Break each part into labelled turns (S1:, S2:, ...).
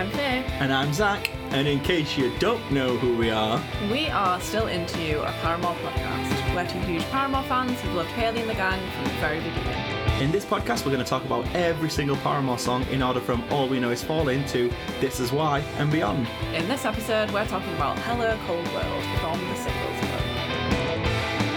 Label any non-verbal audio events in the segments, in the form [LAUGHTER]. S1: And I'm Zach. And in case you don't know who we are,
S2: We are still into you, a Paramore podcast. We're two huge Paramore fans who've loved Haley and the gang from the very beginning.
S1: in this podcast we're going to talk about every single Paramore song in order from All We Know Is Falling to This Is Why and beyond.
S2: In this episode, we're talking about Hello Cold World from the singles Club.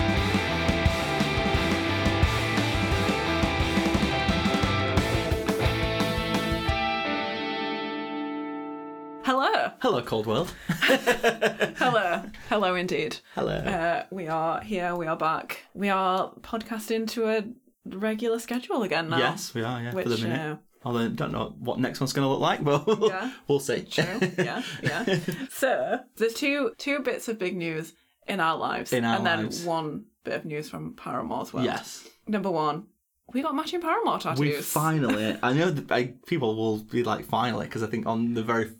S2: Hello,
S1: Hello, Cold World.
S2: hello, hello indeed.
S1: Hello.
S2: Uh, we are here, we are back. We are podcasting to a regular schedule again now.
S1: yes, we are, yeah, for the
S2: which,
S1: minute.
S2: uh,
S1: Although, don't know what next one's going to look like, but [LAUGHS] we'll,
S2: Yeah.
S1: we'll see.
S2: True. Yeah.
S1: [LAUGHS]
S2: Yeah. so there's two two bits of big news in our lives,
S1: In our
S2: and then
S1: lives.
S2: one bit of news from Paramore's world.
S1: yes.
S2: Number one, we got matching Paramore tattoos.
S1: We
S2: [LAUGHS]
S1: finally, I know that I, people will be like, finally, because I think on the very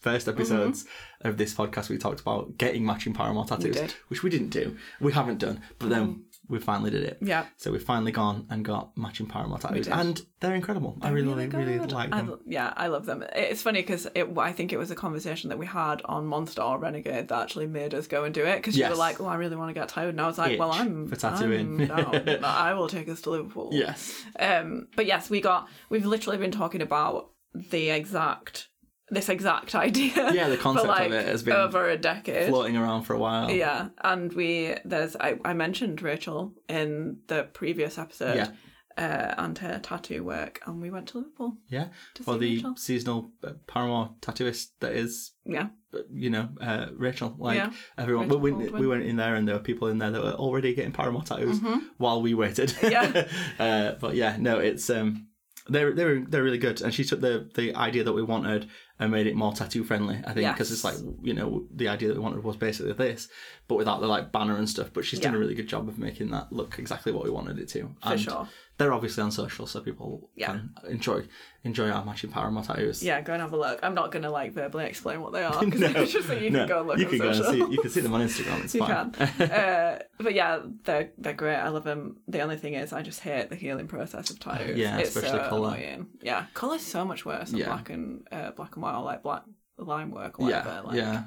S1: first
S2: Mm-hmm.
S1: episodes of this podcast, we talked about getting matching Paramore tattoos,
S2: did.
S1: which we didn't do. We haven't done, but then we finally did it.
S2: Yeah.
S1: So we've finally gone and got matching Paramore tattoos.
S2: did.
S1: And they're incredible. I really, really,
S2: good.
S1: like
S2: I
S1: them.
S2: lo- yeah, I love them. It's funny because it, I think it was a conversation that we had on Monster or Renegade that actually made us go and do it because you
S1: Yes.
S2: were like, "Oh, I really want to get tattooed," and I was like, "Well,
S1: Itch
S2: I'm
S1: for tattooing.
S2: I'm down.
S1: [LAUGHS]
S2: I will take us to Liverpool."
S1: yes.
S2: Um, but yes, we got we've literally been talking about the exact this exact [LAUGHS] idea.
S1: Yeah, the
S2: for,
S1: concept of
S2: like,
S1: it has been
S2: over a decade.
S1: Floating around for a while.
S2: Yeah, and we there's I, I mentioned Rachel in the previous episode.
S1: Yeah.
S2: Uh, and her tattoo work, and we went to Liverpool.
S1: Yeah.
S2: To
S1: For
S2: see
S1: the
S2: Rachel.
S1: seasonal uh, Paramore tattooist that is
S2: Yeah,
S1: you know, uh, Rachel, like
S2: Yeah.
S1: everyone.
S2: Rachel
S1: but we,
S2: Baldwin.
S1: we went in there and there were people in there that were already getting Paramore tattoos while we waited.
S2: Mm-hmm. Yeah.
S1: [LAUGHS] uh, but yeah, no, it's um, they're they're they're really good. And she took the the idea that we wanted and made it more tattoo friendly. I think because it's like
S2: Yes.
S1: you know the idea that we wanted was basically this, but without the like banner and stuff. But she's done a
S2: Yeah.
S1: really good job of making that look exactly what we wanted it to.
S2: for
S1: and
S2: sure.
S1: They're obviously on social, so people
S2: Yeah.
S1: can enjoy enjoy our matching Paramore tattoos.
S2: Yeah, go and have a look. I'm not gonna like verbally explain what they [LAUGHS] are because
S1: [LAUGHS] No,
S2: it's just that you
S1: no,
S2: can go and look.
S1: you
S2: on
S1: can go and
S2: social.
S1: see you can [LAUGHS] see them on Instagram. It's
S2: you
S1: fine.
S2: can. [LAUGHS]
S1: [LAUGHS]
S2: uh, but yeah, they're they're great. I love them. The only thing is, I just hate the healing process of tattoos.
S1: Yeah,
S2: it's
S1: especially
S2: so
S1: colour.
S2: Annoying. Yeah, colour's so much worse than
S1: Yeah.
S2: black and uh, black and white or like black lime work or
S1: yeah,
S2: whatever. like,
S1: yeah.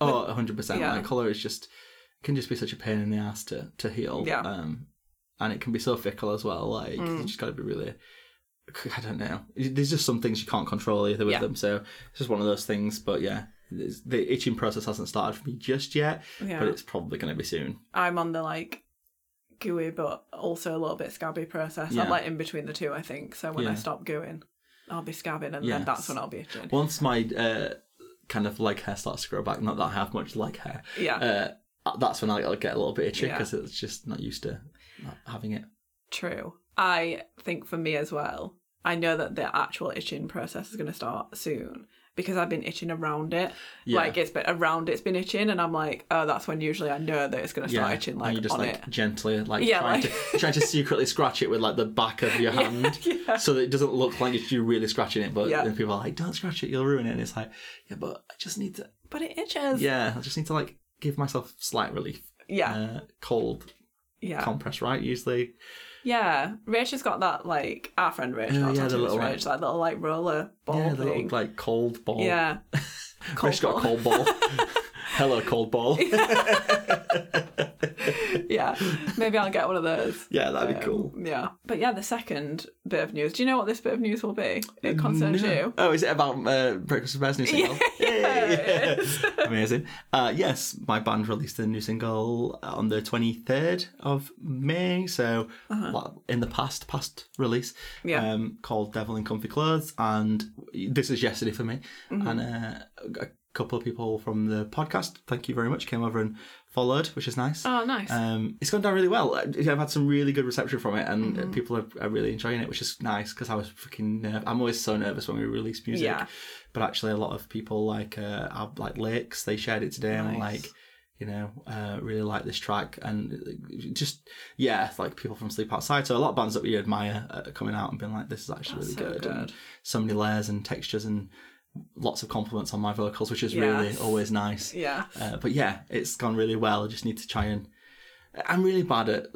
S1: Oh, 100%.
S2: yeah.
S1: Like, colour is just, can just be such a pain in the ass to, to heal.
S2: Yeah. Mm.
S1: Um, and it can be so fickle as well. Like, you just got to be really, I don't know. There's just some things you can't control either with
S2: Yeah.
S1: them. So it's just one of those things. But yeah, it's- the itching process hasn't started for me just yet,
S2: Yeah.
S1: but it's probably going to be soon.
S2: I'm on the like gooey but also a little bit scabby process.
S1: Yeah.
S2: I'm like in between the two, I think. So when
S1: Yeah.
S2: I stop gooing, I'll be scabbing, and
S1: Yes.
S2: then that's when I'll be itching.
S1: Once my uh, kind of leg hair starts to grow back, not that I have much leg hair,
S2: yeah,
S1: uh, that's when I'll get a little bit itchy
S2: Yeah.
S1: because it's just not used to not having it.
S2: true. I think for me as well. I know that the actual itching process is going to start soon because I've been itching around it.
S1: Yeah.
S2: Like it's been around, it's been itching, and I'm like, oh, that's when usually I know that it's gonna start itching,
S1: and
S2: like
S1: you just
S2: on
S1: like
S2: it.
S1: gently like
S2: Yeah,
S1: trying
S2: like-
S1: to trying to secretly scratch it with like the back of your hand
S2: [LAUGHS] yeah.
S1: so that it doesn't look like it's- you're really scratching it but
S2: Yeah.
S1: then people are like don't scratch it you'll ruin it and it's like yeah but I just need to
S2: But it itches.
S1: yeah I just need to like give myself slight relief
S2: yeah,
S1: uh, cold
S2: yeah.
S1: compress right usually
S2: Yeah. Rach has got that like our friend Rach,
S1: Oh,
S2: not
S1: yeah, the
S2: tattoo, it's
S1: little, like-
S2: Rach, that little like roller ball
S1: yeah the
S2: thing.
S1: little like cold ball [LAUGHS]
S2: yeah,
S1: Fresh got a cold ball
S2: [LAUGHS]
S1: hello cold ball
S2: yeah. Maybe I'll get one of those.
S1: [LAUGHS] yeah that'd be
S2: Um,
S1: cool
S2: Yeah, but yeah, the second bit of news. Do you know what this bit of news will be? It concerns
S1: No.
S2: you.
S1: Oh, is it about uh, Breakfast with Bears new single?
S2: [LAUGHS] Yeah, it
S1: Yay! [LAUGHS] Amazing. Uh, yes, my band released a new single on the 23rd of May, so like, in the past, past release,
S2: Uh-huh. Yeah.
S1: um, called Devil in Comfy Clothes. And this is yesterday for me.
S2: Mm-hmm.
S1: And uh, a couple of people from the podcast, thank you very much, came over and followed, which is nice.
S2: Oh, nice.
S1: Um, it's gone down really well. I- I've had some really good reception from it, and
S2: Mm-hmm.
S1: uh people are, are really enjoying it, which is nice because I was freaking. Nerv- I'm always so nervous when we release music.
S2: Yeah.
S1: But actually, a lot of people like uh, our- like Lakes. They shared it today, and were
S2: Nice.
S1: like, you know, uh, really like this track, and it- just yeah, it's like people from Sleep Outside. So a lot of bands that we admire are coming out and being like, this is actually
S2: That's
S1: really
S2: so
S1: good. And
S2: good.
S1: so many layers and textures and lots of compliments on my vocals, which is really
S2: Yes.
S1: always nice.
S2: yeah,
S1: Uh, but yeah, it's gone really well. I just need to try and. I'm really bad at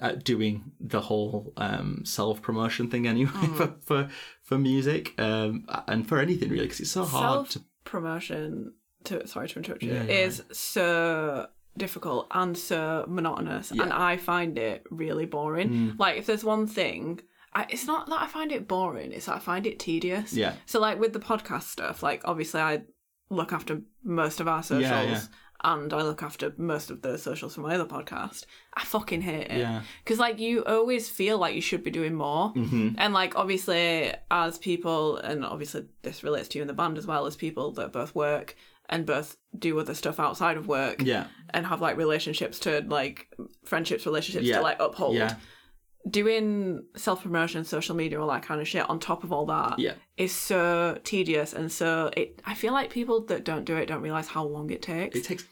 S1: at doing the whole um, self [LAUGHS] promotion thing anyway for, for for music um, and for anything really because it's so hard
S2: self
S1: to
S2: promotion to sorry to interrupt you
S1: Yeah, you're
S2: is so difficult and so monotonous and i find it really boring
S1: Mm.
S2: like if there's one thing I, it's not that i find it boring it's that i find it tedious
S1: Yeah.
S2: so like with the podcast stuff like obviously i look after most of our socials
S1: yeah.
S2: and i look after most of the socials for my other podcast i fucking hate it
S1: Yeah.
S2: because like you always feel like you should be doing more
S1: Mm-hmm.
S2: and like obviously as people and obviously this relates to you in the band as well as people that both work and both do other stuff outside of work
S1: Yeah.
S2: and have like relationships to like friendships relationships
S1: Yeah.
S2: to like uphold
S1: Yeah.
S2: doing self-promotion social media all that kind of shit on top of all that is
S1: Yeah.
S2: so tedious and so it i feel like people that don't do it don't realize how long it takes
S1: It takes.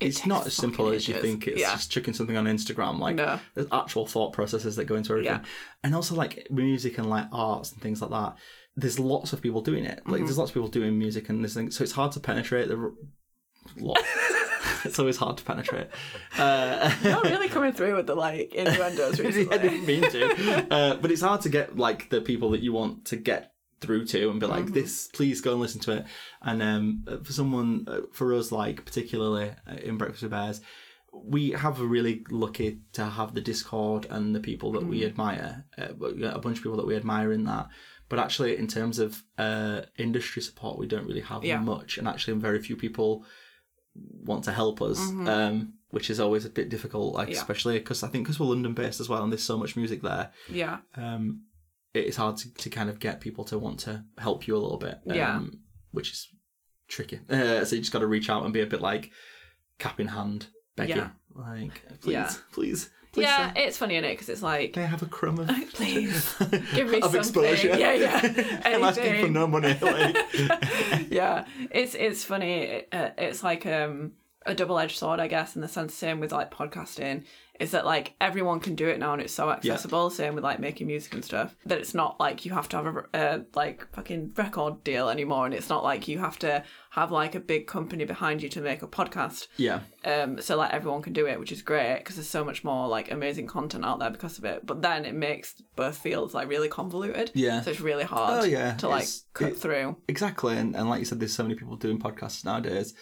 S2: It
S1: It's
S2: takes
S1: not as simple
S2: fucking
S1: as you
S2: ages.
S1: think. It's
S2: Yeah.
S1: just chucking something on Instagram. Like
S2: No.
S1: there's actual thought processes that go into everything,
S2: Yeah.
S1: and also like music and like arts and things like that. There's lots of people doing it. Like
S2: Mm-hmm.
S1: there's lots of people doing music and this thing, so it's hard to penetrate the. r-
S2: [LAUGHS]
S1: Lot. [LAUGHS] it's always hard to penetrate. Uh,
S2: you're really coming through with the
S1: [LAUGHS]
S2: like innuendos
S1: I
S2: recently.
S1: didn't mean to. Uh, but it's hard to get like the people that you want to get through to and be like, this, please go and listen to it. And um, for someone, uh, for us, like particularly uh, in Breakfast with Bears, we have a really lucky to have the Discord and the people that we admire, uh, but we got a bunch of people that we admire in that. But actually, in terms of uh, industry support, we don't really have
S2: Yeah.
S1: much, and actually, very few people want to help us, um, which is always a bit difficult, like
S2: Mm-hmm. Yeah.
S1: especially because I think because we're London based as well, and there's so much music there,
S2: yeah
S1: um, it's hard to, to kind of get people to want to help you a little bit, um,
S2: Yeah.
S1: which is tricky. [LAUGHS] Uh, so you just got to reach out and be a bit like cap in hand, Becky,
S2: Yeah.
S1: like please,
S2: Yeah.
S1: please, please,
S2: yeah
S1: sir,
S2: it's funny in it because it's like
S1: can I have a crumb
S2: [LAUGHS]
S1: of [LAUGHS]
S2: please give me
S1: of
S2: something.
S1: exposure?
S2: Yeah, yeah.
S1: [LAUGHS] I'm asking for
S2: Anything.
S1: no money. Like,
S2: [LAUGHS] yeah it's it's funny it, uh, it's like um a double-edged sword i guess in the sense same with like podcasting is that like everyone can do it now and it's so accessible same with like making music and stuff that it's not like you have to have a r- uh, like fucking record deal anymore and it's not like you have to have like a big company behind you to make a podcast
S1: yeah,
S2: um, so like everyone can do it, which is great because there's so much more like amazing content out there because of it. But then it makes both fields like really convoluted.
S1: Yeah.
S2: So it's really hard.
S1: Oh, yeah.
S2: To like
S1: It's-
S2: cut
S1: it-
S2: through.
S1: exactly and, and like you said there's so many people doing podcasts nowadays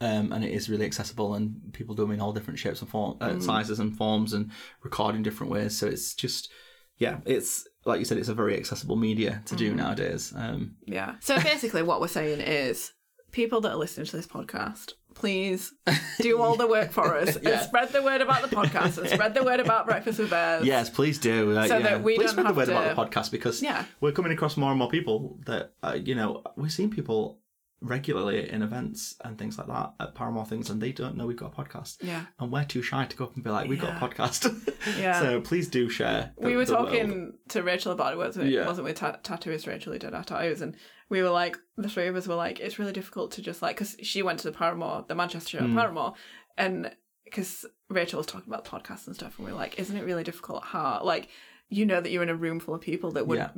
S1: um, and it is really accessible and people do them in all different shapes and form,
S2: Mm.
S1: uh, sizes and forms and record in different ways so it's just yeah it's like you said it's a very accessible media to
S2: Mm.
S1: do nowadays um,
S2: Yeah. So basically, what we're saying is, people that are listening to this podcast,
S1: [LAUGHS]
S2: please do all the work for us
S1: Yeah.
S2: and spread the word about the podcast and spread the word about Breakfast with Bears.
S1: yes please do uh,
S2: So
S1: yeah.
S2: that we
S1: please
S2: don't
S1: spread the
S2: have
S1: word
S2: to-
S1: about the podcast because
S2: Yeah.
S1: we're coming across more and more people that uh, you know we're seeing people regularly in events and things like that at Paramore things and they don't know we've got a podcast
S2: Yeah.
S1: and we're too shy to go up and be like we've got a podcast [LAUGHS]
S2: Yeah.
S1: so please do share the-
S2: we were
S1: the
S2: talking
S1: world.
S2: to Rachel about it, wasn't it?
S1: Yeah.
S2: Wasn't we? Ta- tattooist Rachel who did our tattoos, and we were like, the three of us were like, it's really difficult to just like, because she went to the Paramore, the Manchester show
S1: Mm.
S2: at Paramore, and because Rachel was talking about podcasts and stuff, and we were like, isn't it really difficult? How like you know that you're in a room full of people that would
S1: Yeah.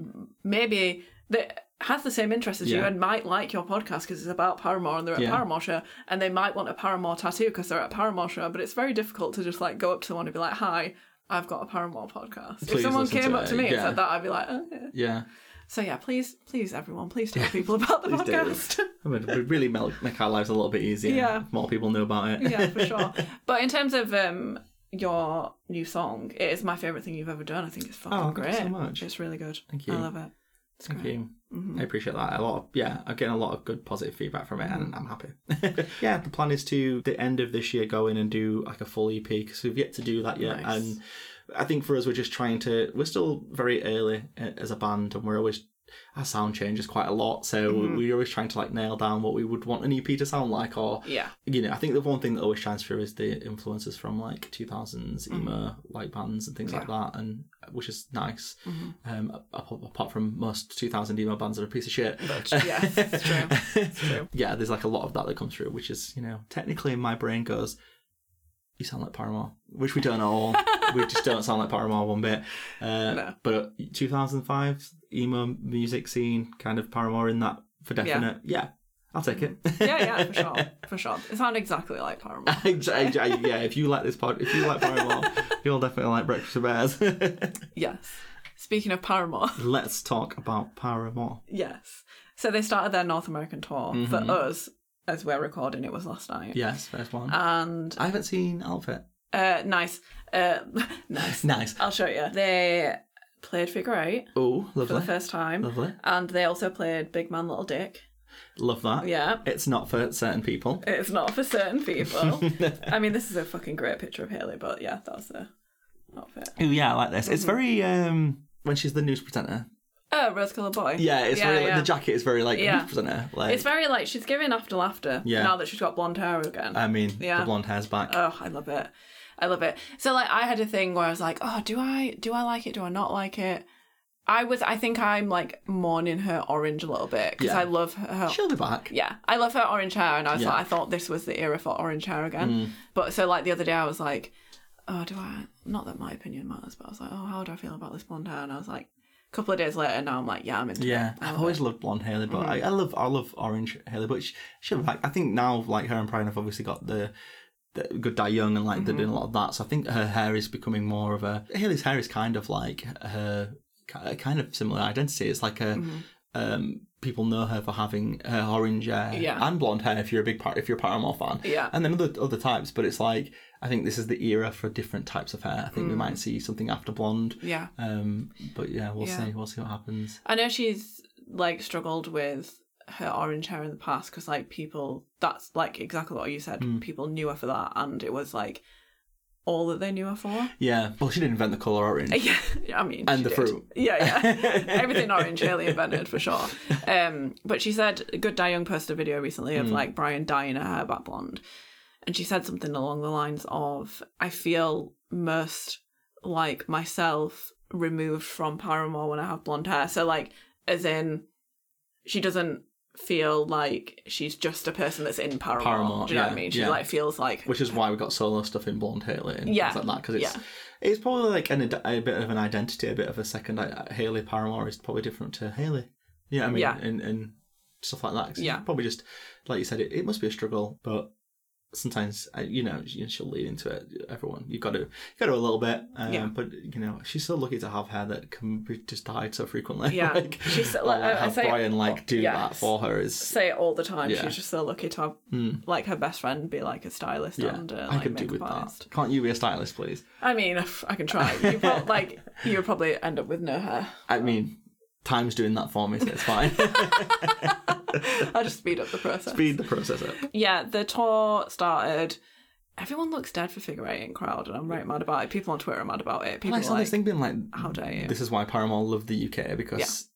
S2: maybe that has the same interest as you
S1: Yeah.
S2: and might like your podcast because it's about Paramore and they're at
S1: Yeah.
S2: Paramore show and they might want a Paramore tattoo because they're at Paramore show but it's very difficult to just like go up to someone and be like hi I've got a Paramore podcast if
S1: Please
S2: someone
S1: listen
S2: came
S1: to
S2: up
S1: it,
S2: to me and
S1: yeah.
S2: said that I'd be like oh, yeah.
S1: yeah
S2: so yeah please please everyone please tell people about the
S1: [LAUGHS] Please do.
S2: podcast [LAUGHS]
S1: I mean, it would really make, make our lives a little bit easier
S2: Yeah.
S1: if more people knew about it
S2: yeah for sure but in terms of um your new song it is my favourite thing you've ever done I think it's fucking
S1: Oh, thank you
S2: great
S1: so much.
S2: it's really good
S1: Thank you.
S2: I love
S1: [LAUGHS]
S2: it it's
S1: thank
S2: great
S1: you I appreciate that a lot of, yeah I'm getting a lot of good positive feedback from it and I'm happy [LAUGHS] yeah the plan is to the end of this year go in and do like a full EP because we've yet to do that yet
S2: Nice.
S1: and I think for us we're just trying to we're still very early uh, as a band and we're always our sound changes quite a lot so
S2: Mm-hmm.
S1: we're always trying to like nail down what we would want an EP to sound like or
S2: yeah
S1: you know, I think the one thing that always shines through is the influences from like 2000s emo like bands and things like that, and which is nice. Um, a- a- apart from most 2000 emo bands are a piece of shit. Uh,
S2: yeah it's true it's true
S1: yeah, there's like a lot of that that comes through, which is you know, technically my brain goes, "You sound like Paramore," which we don't at all. we just don't sound like Paramore one bit. Uh,
S2: No.
S1: But 2005 emo music scene, kind of Paramore in that for definite. Yeah, I'll take it.
S2: yeah, yeah, for sure, for sure. It sounds exactly like Paramore.
S1: [LAUGHS] Ex- ex- [LAUGHS] yeah, if you like this pod, if you like Paramore, you'll definitely like Breakfast with Bears.
S2: yes. Speaking of Paramore,
S1: [LAUGHS]
S2: [LAUGHS]
S1: Let's talk about Paramore.
S2: yes. So they started their North American tour
S1: Mm-hmm.
S2: for us as we're recording. It was last night.
S1: Yes, first one.
S2: And
S1: I haven't seen Outfit.
S2: uh, nice, uh, [LAUGHS] nice.
S1: Nice.
S2: I'll show you. They played Figure Eight
S1: Oh,
S2: for the
S1: lovely.
S2: first time,
S1: Lovely.
S2: and they also played Big Man Little Dick.
S1: Love that.
S2: Yeah.
S1: It's not for certain people.
S2: It's not for certain
S1: [LAUGHS]
S2: people. I mean, this is a fucking great picture of Haley, but yeah, that was the outfit.
S1: Oh yeah, I like this. It's very um when she's the news presenter.
S2: Oh, rose colored boy.
S1: Yeah, it's very
S2: yeah.
S1: the jacket is very like
S2: Yeah.
S1: news presenter. Like
S2: It's very like she's giving after laughter.
S1: Yeah. Uh,
S2: Now that she's got blonde hair again.
S1: I mean,
S2: Yeah.
S1: the blonde hair's back.
S2: oh, I love it. I love it. So like, I had a thing where I was like, oh, do I do I like it? Do I not like it? I was. I think I'm like mourning her orange a little bit because
S1: Yeah.
S2: I love her.
S1: She'll be back.
S2: Yeah, I love her orange hair, and I was
S1: Yeah. Mm.
S2: like, I thought this was the era for orange hair again. But so like the other day, I was like, oh, do I? Not that my opinion matters, but I was like, oh, how do I feel about this blonde hair? And I was like, a couple of days later, now I'm like, yeah, Mm. I'm into
S1: Yeah,
S2: it. I
S1: I've
S2: love
S1: always loved blonde Haley, but I, I love I love orange Haley, but she, she'll be back. I think now like her and Brian have obviously got the, the good die young and like they're
S2: Mm-hmm.
S1: doing a lot of that. So I think her hair is becoming more of a Haley's hair is kind of like her ki- kind of similar identity. It's like a
S2: Mm-hmm.
S1: um, people know her for having her orange hair
S2: Yeah.
S1: and blonde hair if you're a big part if you're a Paramore fan.
S2: Yeah.
S1: and then other other types, but it's like. I think this is the era for different types of hair. I think we might
S2: Mm.
S1: see something after blonde.
S2: Yeah.
S1: Um, but yeah, we'll
S2: Yeah.
S1: see. We'll see what happens.
S2: I know she's like struggled with her orange hair in the past because like people that's like exactly what you said
S1: Mm.
S2: people knew her for that and it was like all that they knew her for
S1: Yeah. Well, she didn't invent the colour orange.
S2: [LAUGHS] yeah i mean
S1: And
S2: she
S1: the
S2: did.
S1: fruit.
S2: yeah
S1: [LAUGHS]
S2: yeah everything orange Haley invented for sure um but she said good die young posted a video recently
S1: Mm.
S2: of like brian dyeing her hair back blonde and she said something along the lines of i feel most like myself removed from Paramore when I have blonde hair. So like as in she doesn't feel like she's just a person that's in Paramore.
S1: Paramore,
S2: do you know what
S1: yeah,
S2: I mean? She
S1: yeah.
S2: like feels like
S1: Which is why we got solo stuff in blonde Haley and
S2: Yeah,
S1: things like that because it's it's probably like an, ad- a bit of an identity, a bit of a second. I- Haley Paramore is probably different to Haley. Yeah, I mean,
S2: Yeah.
S1: and and stuff like that. 'Cause it's
S2: Yeah.
S1: probably just like you said, it, it must be a struggle, but sometimes uh, you know she- she'll lead into it. Everyone, you've got to you got to a little bit. Um,
S2: Yeah.
S1: But you know, she's so lucky to have hair that can be just dyed so frequently.
S2: Yeah.
S1: [LAUGHS] like,
S2: She's so-
S1: or,
S2: like, I- I
S1: have
S2: say- oh,
S1: Brian like do
S2: Yes.
S1: that for her is
S2: say it all the time.
S1: Yeah. Hmm.
S2: She's just so lucky to have like her best friend be like a stylist and uh,
S1: I
S2: like
S1: could do
S2: makeup
S1: with
S2: artist.
S1: that. Can't you be a stylist, please?
S2: I mean, I can try. You prob-
S1: [LAUGHS]
S2: like you would probably end up with no hair.
S1: I mean, time's doing that for me, so it's
S2: [LAUGHS]
S1: fine. [LAUGHS]
S2: I'll just speed up the process.
S1: Speed the process up.
S2: yeah, the tour started. Everyone looks dead for figure eight in crowd, and I'm right mad about it. People on Twitter are mad about it. People
S1: I
S2: are
S1: saw
S2: like,
S1: this thing being like,
S2: how dare you?
S1: this is why Paramore love the UK because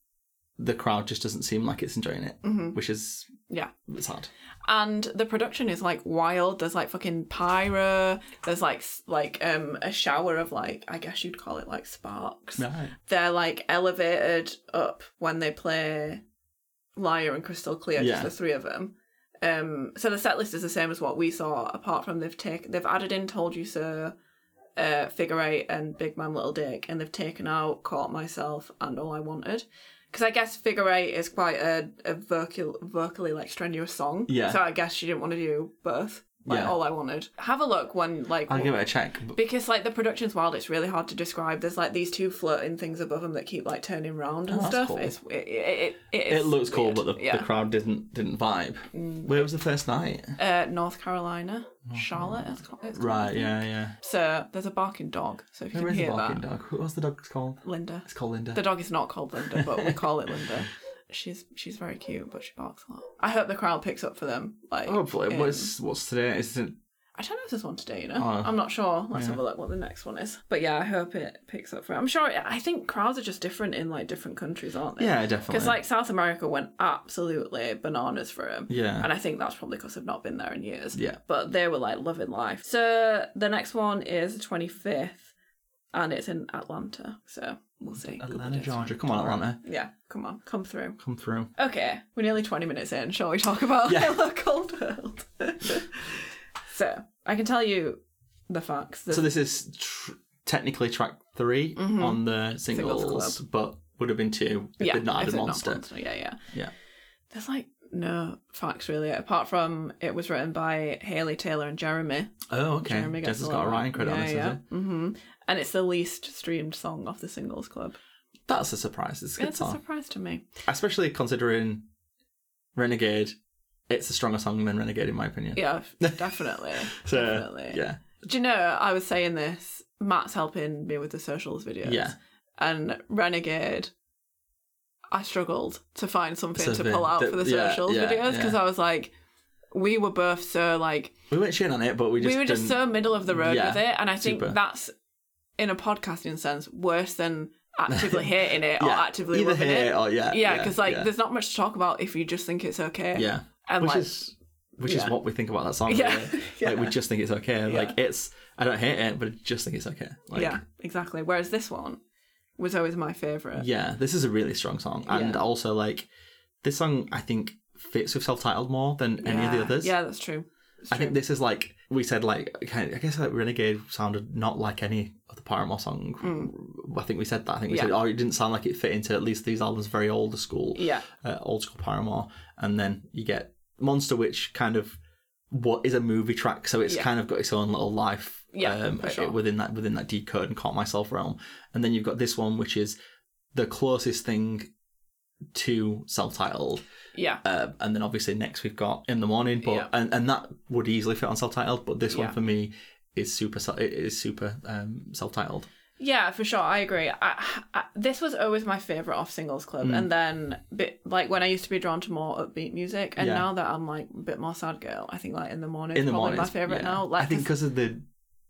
S1: the crowd just doesn't seem like it's enjoying it,
S2: Mm-hmm.
S1: which is
S2: Yeah.
S1: sad.
S2: And the production is like wild. There's like fucking pyro. There's like s- like um a shower of like I guess you'd call it like sparks.
S1: Right.
S2: They're like elevated up when they play Liar and Crystal Clear,
S1: Yeah.
S2: just the three of them. Um, so the set list is the same as what we saw, apart from they've taken they've added in Told You So, uh, Figure Eight, and Big Man Little Dick, and they've taken out Caught Myself and All I Wanted. Because I guess Figure Eight is quite a, a vocal, vocally like strenuous song.
S1: Yeah.
S2: So I guess she didn't want to do both. Like
S1: Yeah.
S2: All I Wanted. Have a look when like
S1: I'll give it a check. but-
S2: because like the production's wild, it's really hard to describe. There's like these two floating things above them that keep like turning round and
S1: Oh, that's
S2: stuff.
S1: cool.
S2: It's, it, it, it, it, is
S1: It looks cool,
S2: weird.
S1: but the,
S2: yeah. Mm.
S1: the crowd didn't didn't vibe. Where was the first night?
S2: uh, North Carolina, Charlotte. It's called, it's called, I
S1: right.
S2: think.
S1: Yeah. Yeah.
S2: So there's a barking dog. So if you
S1: There
S2: can
S1: is a
S2: hear that,
S1: barking dog. What's the dog called?
S2: Linda.
S1: It's called Linda.
S2: The dog is not called Linda, but we call it
S1: [LAUGHS]
S2: Linda. She's she's very cute, but she barks a lot. I hope the crowd picks up for them. Like
S1: Hopefully,
S2: in-
S1: what's what's today? Is it
S2: I don't know if there's one today, you know.
S1: Oh.
S2: I'm not sure. Let's have a look what the next one is. But yeah, I hope it picks up for. I'm sure. I think crowds are just different in like different countries, aren't they?
S1: Yeah, definitely.
S2: Because like South America went absolutely bananas for him.
S1: Yeah.
S2: And I think that's probably because I've not been there in years.
S1: Yeah.
S2: But they were like loving life. So the next one is the 25th and it's in Atlanta. So we'll see.
S1: Atlanta, Georgia. Come on, Atlanta.
S2: Yeah, come on, come through.
S1: Come through.
S2: Okay, we're nearly 20 minutes in. Shall we talk about
S1: Yeah.
S2: [LAUGHS] Hello Cold World? [LAUGHS] so I can tell you the facts. The Mm-hmm.
S1: So this is tr- technically track 3 on the singles,
S2: Singles
S1: but would have been two if they'd not
S2: if
S1: had a
S2: they'd not
S1: monster.
S2: monster. Yeah, yeah.
S1: Yeah.
S2: There's like no facts really, apart from it was written by Haley Taylor and Jeremy.
S1: Oh, okay.
S2: Jeremy
S1: Jess
S2: gets
S1: has
S2: a
S1: got
S2: lot
S1: a
S2: of-
S1: Ryan credit on
S2: yeah, Mm-hmm.
S1: this,
S2: yeah.
S1: is it?
S2: hmm And it's the least streamed song off the Singles Club.
S1: That's a surprise. It's a good
S2: It's a
S1: song,
S2: surprise to me.
S1: especially considering Renegade. It's a stronger song than Renegade, in my opinion.
S2: Yeah,
S1: [LAUGHS]
S2: definitely.
S1: so
S2: definitely.
S1: yeah,
S2: Do you know, I was saying this, Matt's helping me with the socials videos.
S1: Yeah.
S2: And Renegade, I struggled to find something to
S1: Something
S2: pull out
S1: that-
S2: for the
S1: yeah,
S2: socials
S1: yeah,
S2: videos because
S1: yeah.
S2: I was like, we were both so like,
S1: we weren't shitting on it, but we just
S2: we were just so
S1: didn't-
S2: middle of the road
S1: yeah,
S2: with it. And I think
S1: super.
S2: that's, in a podcasting sense, worse than
S1: [LAUGHS]
S2: actively hating it or
S1: yeah,
S2: actively
S1: either
S2: loving
S1: hate
S2: it.
S1: or yeah,
S2: yeah, because like
S1: yeah,
S2: there's not much to talk about if you just think it's okay.
S1: yeah.
S2: and
S1: which
S2: like
S1: is which is
S2: yeah.
S1: what we think about that song.
S2: Yeah, [LAUGHS]
S1: really.
S2: yeah.
S1: Like we just think it's okay.
S2: Yeah.
S1: Like it's I don't hate it, but I just think it's okay. Like,
S2: yeah, exactly. Whereas this one was always my favorite.
S1: yeah, This is a really strong song, and
S2: Yeah.
S1: also like this song I think fits with self-titled more than any of the
S2: Yeah.
S1: others.
S2: Yeah, that's true. It's
S1: I think
S2: true.
S1: this is like we said, like kind of- I guess like Renegade sounded not like any of the Paramore song. I think we said that. I think we
S2: Mm. Yeah.
S1: said, oh, it didn't sound like it fit into at least these albums very old school,
S2: yeah,
S1: uh, old school Paramore, and then you get Monster, which kind of what is a movie track, so it's
S2: Yeah.
S1: kind of got its own little life
S2: Yeah, for
S1: uh,
S2: sure.
S1: within that within that decode and caught myself realm, and then you've got this one which is the closest thing to self-titled
S2: yeah,
S1: uh, and then obviously next we've got in the morning, but
S2: Yeah.
S1: and, and that would easily fit on self-titled. But this
S2: Yeah.
S1: one for me is super. se- It is super um, self-titled.
S2: yeah, for sure. I agree. I, I, this was always my favorite off singles club,
S1: Mm.
S2: and then bit, like when I used to be drawn to more upbeat music, and
S1: Yeah.
S2: now that I'm like a bit more sad girl, I think like in the morning,
S1: In the
S2: probably
S1: morning,
S2: my favorite
S1: yeah.
S2: now. Like,
S1: I think
S2: 'cause-
S1: because of the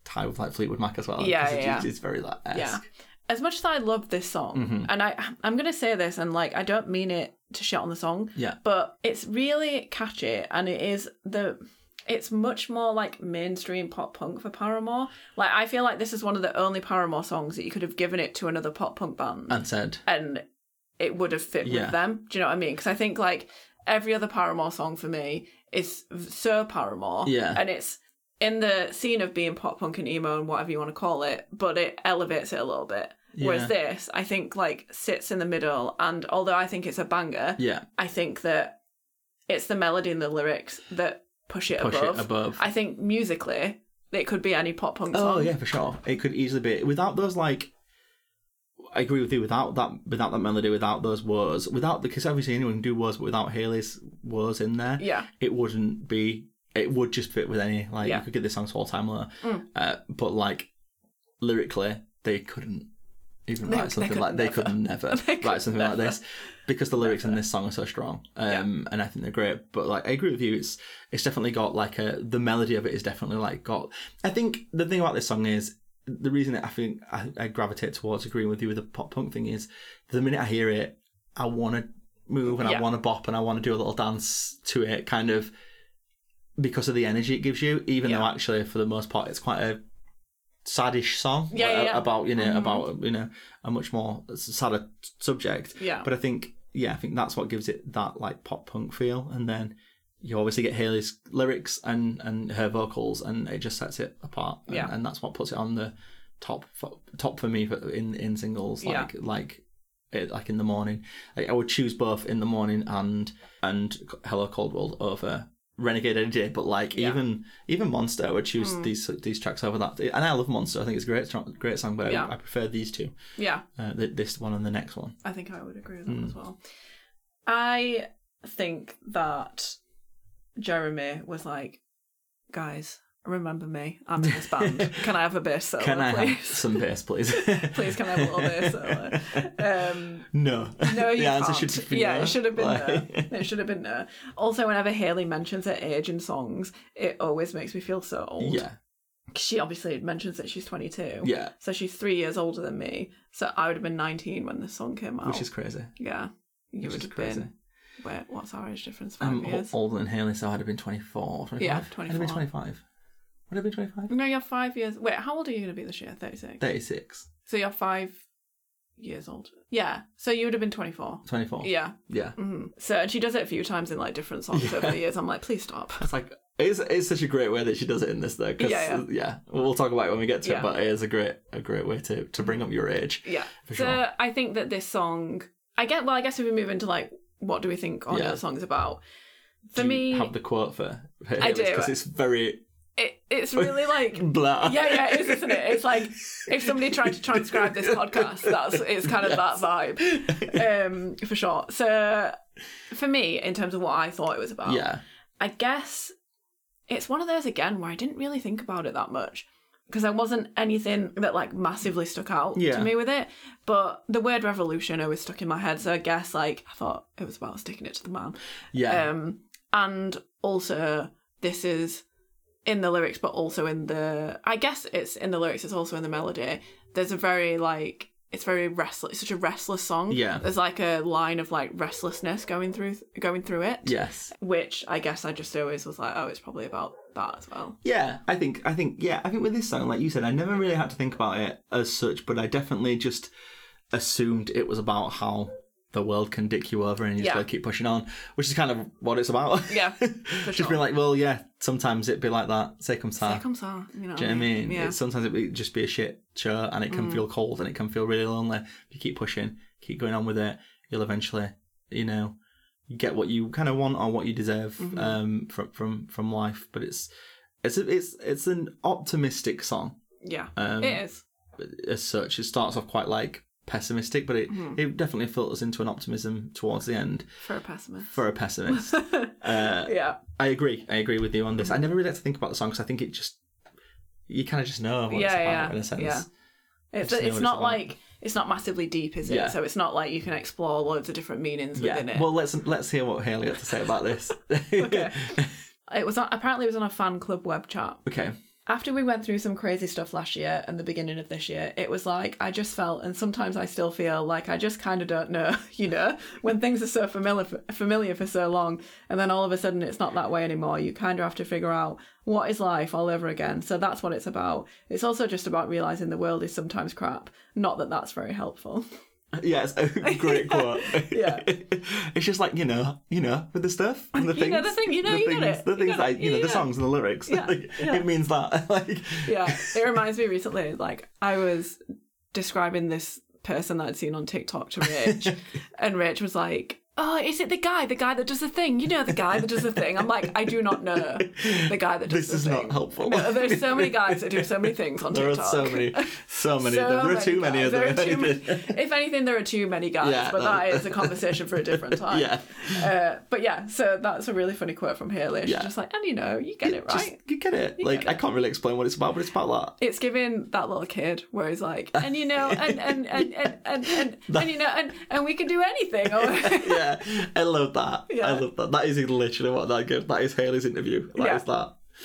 S1: tie with like Fleetwood Mac as well.
S2: Yeah,
S1: 'cause it-
S2: yeah, yeah.
S1: It's very that.
S2: yeah.
S1: esque.
S2: As much as I love this song,
S1: Mm-hmm.
S2: and I I'm gonna say this, and like I don't mean it to shit on the song,
S1: Yeah.
S2: but it's really catchy and it is the it's much more like mainstream pop punk for Paramore. Like I feel like this is one of the only Paramore songs that you could have given it to another pop punk band
S1: and said
S2: and it would have fit
S1: Yeah.
S2: with them. Do you know what I mean? Because I think like every other Paramore song for me is v- so Paramore.
S1: Yeah.
S2: And it's in the scene of being pop punk and emo and whatever you want to call it, but it elevates it a little bit.
S1: Yeah.
S2: Whereas this, I think, like sits in the middle, and although I think it's a banger,
S1: yeah,
S2: I think that it's the melody and the lyrics that push it
S1: push
S2: above.
S1: it above.
S2: I think musically, it could be any pop punk
S1: oh
S2: song.
S1: yeah, for sure. It could easily be without those like. I agree with you. Without that, without that melody, without those words, without because obviously anyone can do words, but without Haley's words in there,
S2: Yeah.
S1: it wouldn't be it would just fit with any like
S2: Yeah.
S1: you could get this song to all time low
S2: Mm.
S1: uh, but like lyrically they couldn't even
S2: They-
S1: write
S2: they
S1: something
S2: could
S1: like they could never
S2: [LAUGHS] They could
S1: write something like
S2: never.
S1: this because the lyrics in this song are so strong um and i think they're great but like i agree with you it's it's definitely got like a the melody of it is definitely like got i think the thing about this song is the reason that i think i, I gravitate towards agreeing with you with the pop punk thing is the minute i hear it i want to move and i
S2: Yeah.
S1: want to bop and i want to do a little dance to it kind of because of the energy it gives you, even though
S2: Yeah.
S1: actually for the most part it's quite a saddish song
S2: Yeah, yeah,
S1: uh,
S2: yeah. Mm-hmm.
S1: about you know about you know a much more s- sadder t- subject.
S2: Yeah.
S1: But I think yeah, I think that's what gives it that like pop punk feel, and then you obviously get Haley's lyrics and and her vocals, and it just sets it apart. And,
S2: Yeah.
S1: And that's what puts it on the top for, top for me for, in in singles
S2: Yeah.
S1: like like. It, like in the morning, like, I would choose both in the morning and and Hello Cold World over Renegade any day, but like
S2: Yeah. Hmm.
S1: even even Monster, I would choose these these tracks over that. And I love Monster; I think it's a great song- great song, but I-
S2: Yeah.
S1: I, prefer these two,
S2: Yeah.
S1: uh, th- this one and the next one.
S2: I think I would agree with that
S1: Hmm.
S2: as well. I think that Jeremy was like, guys, remember me. I'm in this
S1: [LAUGHS]
S2: band. Can I have a bass solo,
S1: Can I have
S2: Oh, please? [LAUGHS]
S1: some bass, please? [LAUGHS]
S2: please, can I have a little bass solo? Um,
S1: no.
S2: no, you
S1: [LAUGHS] the answer
S2: can't.
S1: should be
S2: yeah,
S1: no.
S2: it should have been
S1: Like-
S2: no. [LAUGHS] It should have been no. Also, whenever Haley mentions her age in songs, it always makes me feel so old.
S1: Yeah,
S2: She obviously mentions that she's 22.
S1: yeah,
S2: So she's three years older than me. So I would have been 19 when this song came out.
S1: which is crazy.
S2: Yeah. You
S1: Which
S2: would
S1: is
S2: have
S1: crazy.
S2: been. Wait, what's our age difference? 5
S1: I'm Um, o-
S2: years?
S1: older than Haley, so I'd have been 24, 25.
S2: Yeah,
S1: I'd have been
S2: 24.
S1: 25. Would I have been 25?
S2: No, you're five years. Wait, how old are you going to be this year? 36.
S1: 36.
S2: so you're five years old. Yeah. So you would have been 24.
S1: 24.
S2: Yeah.
S1: yeah.
S2: hmm So and she does it a few times in like different songs over the years. I'm like, please
S1: [LAUGHS]
S2: stop.
S1: It's like it's, it's such a great way that she does it in this though. 'cause,
S2: Yeah,
S1: yeah, We'll talk about it when we get to it,
S2: Yeah.
S1: but it is a great a great way to to bring up your age.
S2: Yeah.
S1: For
S2: so
S1: sure.
S2: I think that this song, I get, well, I guess if we move into like, what do we think on
S1: Yeah.
S2: the song's about? For
S1: Do you
S2: me,
S1: have the quote for
S2: do.
S1: because it's very
S2: it, it's really
S1: [LAUGHS]
S2: like
S1: Blah.
S2: yeah, yeah, it is, isn't it? It's like if somebody tried to transcribe this podcast, that's it's kind of that vibe, um, for sure. So for me, in terms of what I thought it was about,
S1: [LAUGHS] Yeah.
S2: I guess it's one of those again where I didn't really think about it that much because there wasn't anything that like massively stuck out
S1: Yeah.
S2: to me with it. But the word revolution always stuck in my head, so I guess like I thought it was about sticking it to the man.
S1: Yeah.
S2: Um, and also this is in the lyrics, but also in the I guess it's in the lyrics. It's also in the melody. There's a very like it's very restless. It's such a restless song.
S1: Yeah.
S2: There's like a line of like restlessness going through going through it
S1: yes.
S2: which I guess I just always was like, oh, it's probably about that as
S1: [LAUGHS]
S2: well.
S1: Yeah, I think I think yeah, I think with this song, like you said, I never really had to think about it as such, but I definitely just assumed it was about how the world can dick you over and you just
S2: Yeah.
S1: gotta keep pushing on, which is kind of what it's about.
S2: Yeah,
S1: [LAUGHS] just
S2: sure.
S1: being like, well, yeah, sometimes it'd be like that,
S2: Here
S1: circumstance.
S2: comes our, you know.
S1: Do you know what I mean?
S2: Oh, Yeah. Mm.
S1: It's, sometimes it would just be a shit show and it can feel cold and it can feel really lonely. If you keep pushing, keep going on with it, you'll eventually, you know, get what you kind of want or what you deserve
S2: Mm-hmm.
S1: um, from, from from life. But it's it's a, it's it's an optimistic song
S2: yeah.
S1: um,
S2: it is. Mm-hmm.
S1: as such. It starts off quite like pessimistic, but it, it definitely filters into an optimism towards the end
S2: For a pessimist.
S1: for
S2: [LAUGHS]
S1: a pessimist. uh,
S2: yeah.
S1: I agree. I agree with you on this. I never really had to think about the song because I think it just you kind of just know what it's
S2: Yeah,
S1: about
S2: yeah,
S1: in a sense.
S2: yeah. It's,
S1: just know what
S2: it's
S1: it's
S2: not
S1: about.
S2: like, it's not massively deep, is it?
S1: Yeah.
S2: So it's not like you can explore loads of different meanings within it.
S1: Well, let's let's hear what Haley had to say about this.
S2: [LAUGHS] Okay. it was on, apparently it was on a fan club web chat.
S1: [LAUGHS] okay.
S2: After we went through some crazy stuff last year and the beginning of this year, it was like I just felt, and sometimes I still feel like I just kind of don't know, [LAUGHS] you know, when things are so familiar familiar for so long, and then all of a sudden it's not that way anymore. You kind of have to figure out what is life all over again. So that's what it's about. It's also just about realizing the world is sometimes crap. Not that that's very helpful.
S1: Yeah, it's
S2: [LAUGHS]
S1: a great quote.
S2: Yeah.
S1: [LAUGHS] It's just like you know, you know, with the stuff and the
S2: You
S1: things.
S2: know the thing, you know, you
S1: things,
S2: got it.
S1: The
S2: You
S1: things
S2: got
S1: that
S2: it.
S1: you know,
S2: Yeah,
S1: the
S2: yeah.
S1: songs and the lyrics.
S2: Yeah,
S1: [LAUGHS] Like,
S2: yeah.
S1: It means that. [LAUGHS] like.
S2: yeah it reminds me recently like i was describing this person that i'd seen on tiktok to rich
S1: [LAUGHS]
S2: and rich was like oh is it the guy the guy that does the thing you know the guy that does the thing i'm like i do not know the guy that does
S1: This
S2: the
S1: is
S2: thing
S1: not helpful.
S2: no, there's so many guys that do so many things on
S1: [LAUGHS] There are
S2: tiktok
S1: so many, so many.
S2: So
S1: there are too many,
S2: guys.
S1: of them. [LAUGHS]
S2: There are too many- if anything, there are too many guys,
S1: Yeah,
S2: but that
S1: no.
S2: is a conversation for a different time.
S1: [LAUGHS] Yeah.
S2: Uh, but yeah, so that's a really funny quote from Haley. She's
S1: Yeah.
S2: just like, and you know, you get it right.
S1: Just, you get it. like
S2: get
S1: I can't really explain what it's about, but it's about that.
S2: it's giving that little kid where he's like, [LAUGHS] and you know, and and and and and, [LAUGHS] and, and you know, and, and we can do anything. [LAUGHS] Or,
S1: [LAUGHS] yeah, I love that.
S2: Yeah.
S1: I love that. That is literally what that gives. That is Haley's interview. That [LAUGHS]
S2: Yeah.
S1: is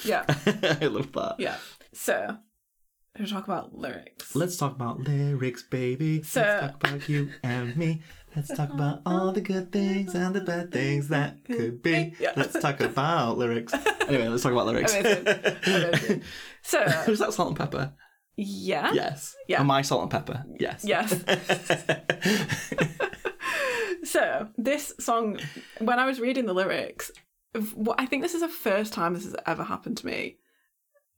S2: yeah,
S1: that. I love that.
S2: yeah. So we're gonna talk about lyrics.
S1: Let's talk about lyrics, baby.
S2: So-
S1: Let's talk about you and me. Let's talk about all the good things and the bad things that could be.
S2: Yeah.
S1: Let's talk about lyrics. Anyway, let's talk about lyrics.
S2: Amazing.
S1: [LAUGHS]
S2: [LAUGHS] Amazing. So
S1: Is that salt and pepper?
S2: yeah,
S1: Yes.
S2: Yeah.
S1: Am I salt and pepper? Yes.
S2: yes. So this song, when I was reading the lyrics, v- what- I think this is the first time this has ever happened to me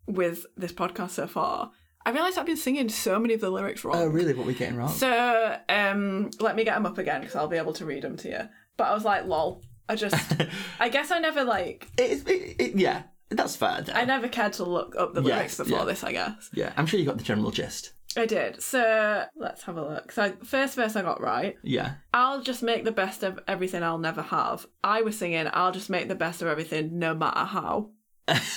S2: with this podcast so far. I realised I've been singing so many of the lyrics wrong.
S1: [LAUGHS] oh, really? What are we getting wrong? [LAUGHS]
S2: So um, let me get them up again because I'll be able to read them to you. But I was like, lol. I just,
S1: [LAUGHS]
S2: I guess I never like,
S1: It- it- it- yeah, that's fair. though.
S2: I never cared to look up the
S1: Yes,
S2: lyrics before
S1: yeah.
S2: this. I guess
S1: yeah, I'm sure you got the general gist.
S2: I did. So let's have a look. So first verse I got right.
S1: Yeah.
S2: I'll just make the best of everything I'll never have. I was singing, I'll just make the best of everything, no matter how.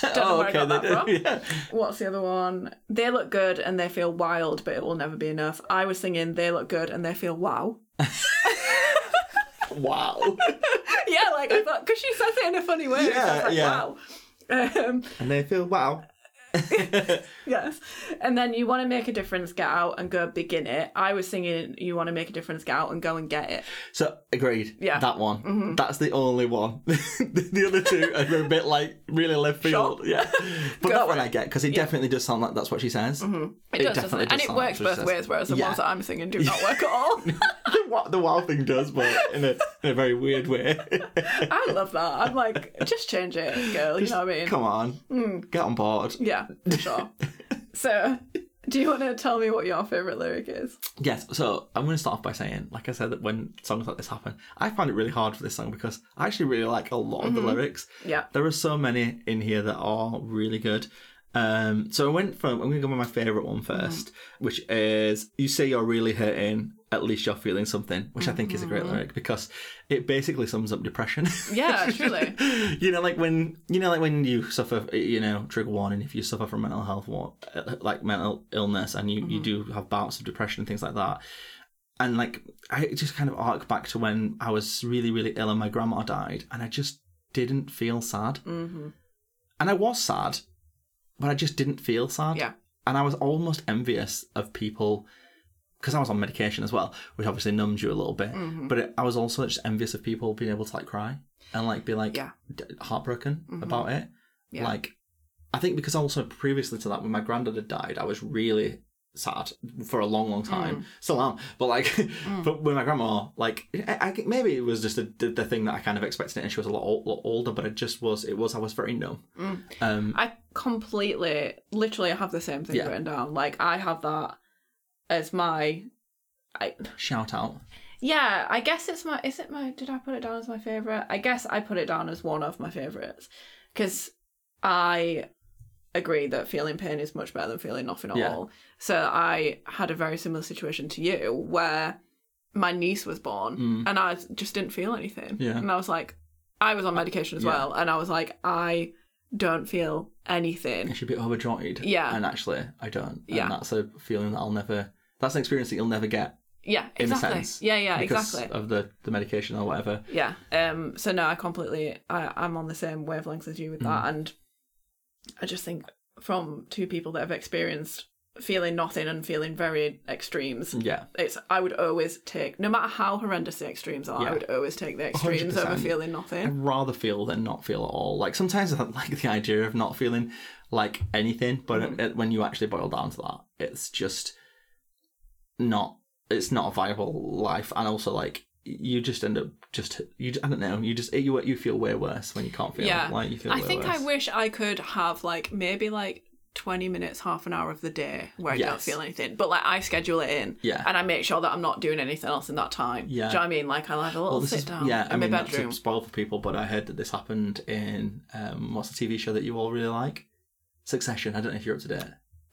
S2: Don't know where I got that from.
S1: Oh, they did- yeah. [LAUGHS]
S2: What's the other one? They look good and they feel wild, but it will never be enough. I was singing, they look good and they feel wow. [LAUGHS]
S1: Wow.
S2: yeah, like I thought, because she says it in a funny way. Yeah,
S1: Yeah,
S2: like,
S1: yeah.
S2: Wow. [LAUGHS] Um,
S1: [LAUGHS] and they feel wow.
S2: yes. And then you want to make a difference, get out and go begin it. I was singing, you want to make a difference, get out and go and get it.
S1: So agreed.
S2: Yeah.
S1: That one. That's the only one. [LAUGHS] the the other [LAUGHS] two are a bit like really left field.
S2: [LAUGHS]
S1: Yeah. But that one I get because it definitely does sound like that's what she says. [LAUGHS]
S2: It, does, doesn't it? And it
S1: sound like
S2: works
S1: that's
S2: both
S1: what she
S2: ways, whereas the
S1: Yeah.
S2: ones that I'm singing
S1: [LAUGHS]
S2: do not work at all.
S1: says. The, wa- the wow thing does, but in a, in a very
S2: [LAUGHS]
S1: weird way.
S2: I love that. I'm like, just change
S1: Mm.
S2: it, girl. You know what I mean?
S1: [LAUGHS] Come on, get on board.
S2: Yeah, for sure. so Do you want to tell me what your favorite lyric is?
S1: Yes, so I'm going to start off by saying, like I said, that when songs like this happen, I find it really hard for this song because I actually really like a lot of the lyrics.
S2: Yeah.
S1: There are so many in here that are really good. Um, so I went from, I'm going to go with my favourite one first, which is You Say You're Really Hurting, At Least You're Feeling Something, which I think is a great lyric because it basically sums up depression. [LAUGHS]
S2: Yeah, truly.
S1: you know, like when you know, like when you suffer, you know, trigger warning. If you suffer from mental health, war, like mental illness, and you you
S2: Mm-hmm.
S1: do have bouts of depression and things like that. And like I just kind of arc back to when I was really really ill and my grandma died, and I just didn't feel sad. Mm-hmm. And I was sad, but I just didn't feel sad.
S2: Yeah.
S1: And I was almost envious of people because I was on medication as well, which obviously numbs you a little bit.
S2: Mm-hmm.
S1: But it, I was also just envious of people being able to like cry and like be like
S2: Yeah. Mm-hmm.
S1: d- heartbroken about it.
S2: Yeah.
S1: Like, I think because also previously to that, when my granddad had died, I was really sad for a long, long time.
S2: Mm.
S1: Still am, but like, [LAUGHS] but with my grandma, like, I, I, think maybe it was just a, the, the thing that I kind of expected, it, and she was a lot, ol- lot older, but it just was, it was, I was very numb.
S2: Mm.
S1: Um,
S2: I completely, literally, have the same thing
S1: Yeah.
S2: written down. Like I have that as my, I
S1: shout out.
S2: yeah, I guess it's my. Is it my? Did I put it down as my favorite? I guess I put it down as one of my favorites because I agree that feeling pain is much better than feeling nothing at
S1: Yeah.
S2: all. So I had a very similar situation to you where my niece was born
S1: Mm.
S2: and I just didn't feel anything.
S1: Yeah.
S2: And I was like, I was on medication as
S1: Yeah.
S2: well, and I was like, I don't feel anything.
S1: I should be overjoyed.
S2: Yeah.
S1: And actually, I don't.
S2: Yeah.
S1: And that's a feeling that I'll never, that's an experience that you'll never get
S2: Yeah,
S1: in
S2: exactly.
S1: a sense.
S2: Yeah, yeah,
S1: because
S2: exactly.
S1: Of the, the medication or whatever.
S2: Yeah. Um. So no, I completely, I, I'm on the same wavelength as you with
S1: Mm.
S2: that, and I just think from two people that have experienced feeling nothing and feeling very extremes.
S1: Yeah.
S2: It's I would always take no matter how horrendous the extremes are,
S1: Yeah.
S2: I would always take the extremes over
S1: 100%.
S2: feeling
S1: I'd
S2: nothing.
S1: rather feel than not feel at all. Like sometimes I like the idea of not feeling like anything, but
S2: Mm-hmm.
S1: it, it- when you actually boil down to that, it's just not. It's not a viable life, and also like you just end up just you. I don't know. You just you you feel way worse when you can't feel.
S2: Yeah.
S1: like you feel.
S2: I
S1: way
S2: think
S1: worse.
S2: I wish I could have like maybe like. 20 minutes, half an hour of the day where I don't
S1: Yes.
S2: feel anything, but like I schedule it in
S1: Yeah.
S2: and I make sure that I'm not doing anything else in that time.
S1: Yeah.
S2: Do you know what I mean? Like I'll have a little
S1: Well, this
S2: sit
S1: is-
S2: down
S1: yeah,
S2: in
S1: I mean,
S2: my
S1: not
S2: bedroom.
S1: to spoil for people, but I heard that this happened in um, what's the TV show that you all really like? Succession. I don't know if you're up to date.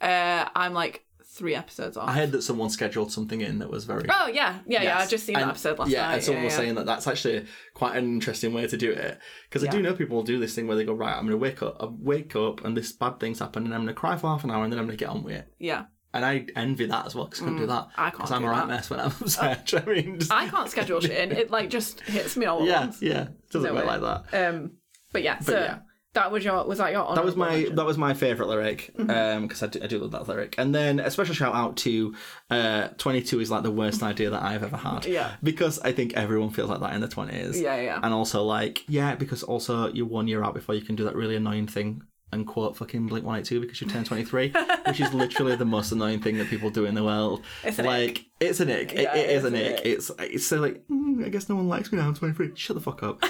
S2: Uh, I'm like three episodes off.
S1: I heard that someone scheduled something in that was very
S2: oh yeah, yeah, yeah. I
S1: Yes.
S2: just seen that
S1: And-
S2: episode last
S1: yeah,
S2: night.
S1: and someone
S2: yeah,
S1: was
S2: yeah.
S1: saying that that's actually quite an interesting way to do it because I do
S2: Yeah.
S1: know people do this thing where they go right, I'm going to wake up, I wake up, and this bad thing's happened, and I'm going to cry for half an hour, and then I'm going to get on with it.
S2: yeah.
S1: And I envy that as well because I couldn't do that.
S2: Mm, I can't
S1: Because I'm
S2: do
S1: a right
S2: that. Oh.
S1: mess when I'm [LAUGHS] upset. I mean, just,
S2: I can't schedule shit in. It like just hits me all at
S1: yeah,
S2: once.
S1: yeah, it doesn't
S2: No
S1: work
S2: way.
S1: like that.
S2: Um, but yeah. so
S1: yeah.
S2: that was your was that your
S1: That was my that was my favorite lyric
S2: Mm-hmm.
S1: because I, do, I do love that lyric. And then a special shout out to uh, 22 is like the worst idea that I've ever had.
S2: Yeah.
S1: Because I think everyone feels like that in the 20s.
S2: Yeah, yeah.
S1: And also like yeah, because also you're one year out before you can do that really annoying thing and quote fucking Blink 182 because you
S2: [LAUGHS]
S1: turn 23, which is literally the most annoying thing that people do in the world.
S2: It's an
S1: like it's an ick. It-
S2: Yeah,
S1: it is
S2: it's
S1: an
S2: an
S1: ick.
S2: ick.
S1: It's it's so like "Mm, I guess no one likes me now. I'm 23. Shut the fuck up.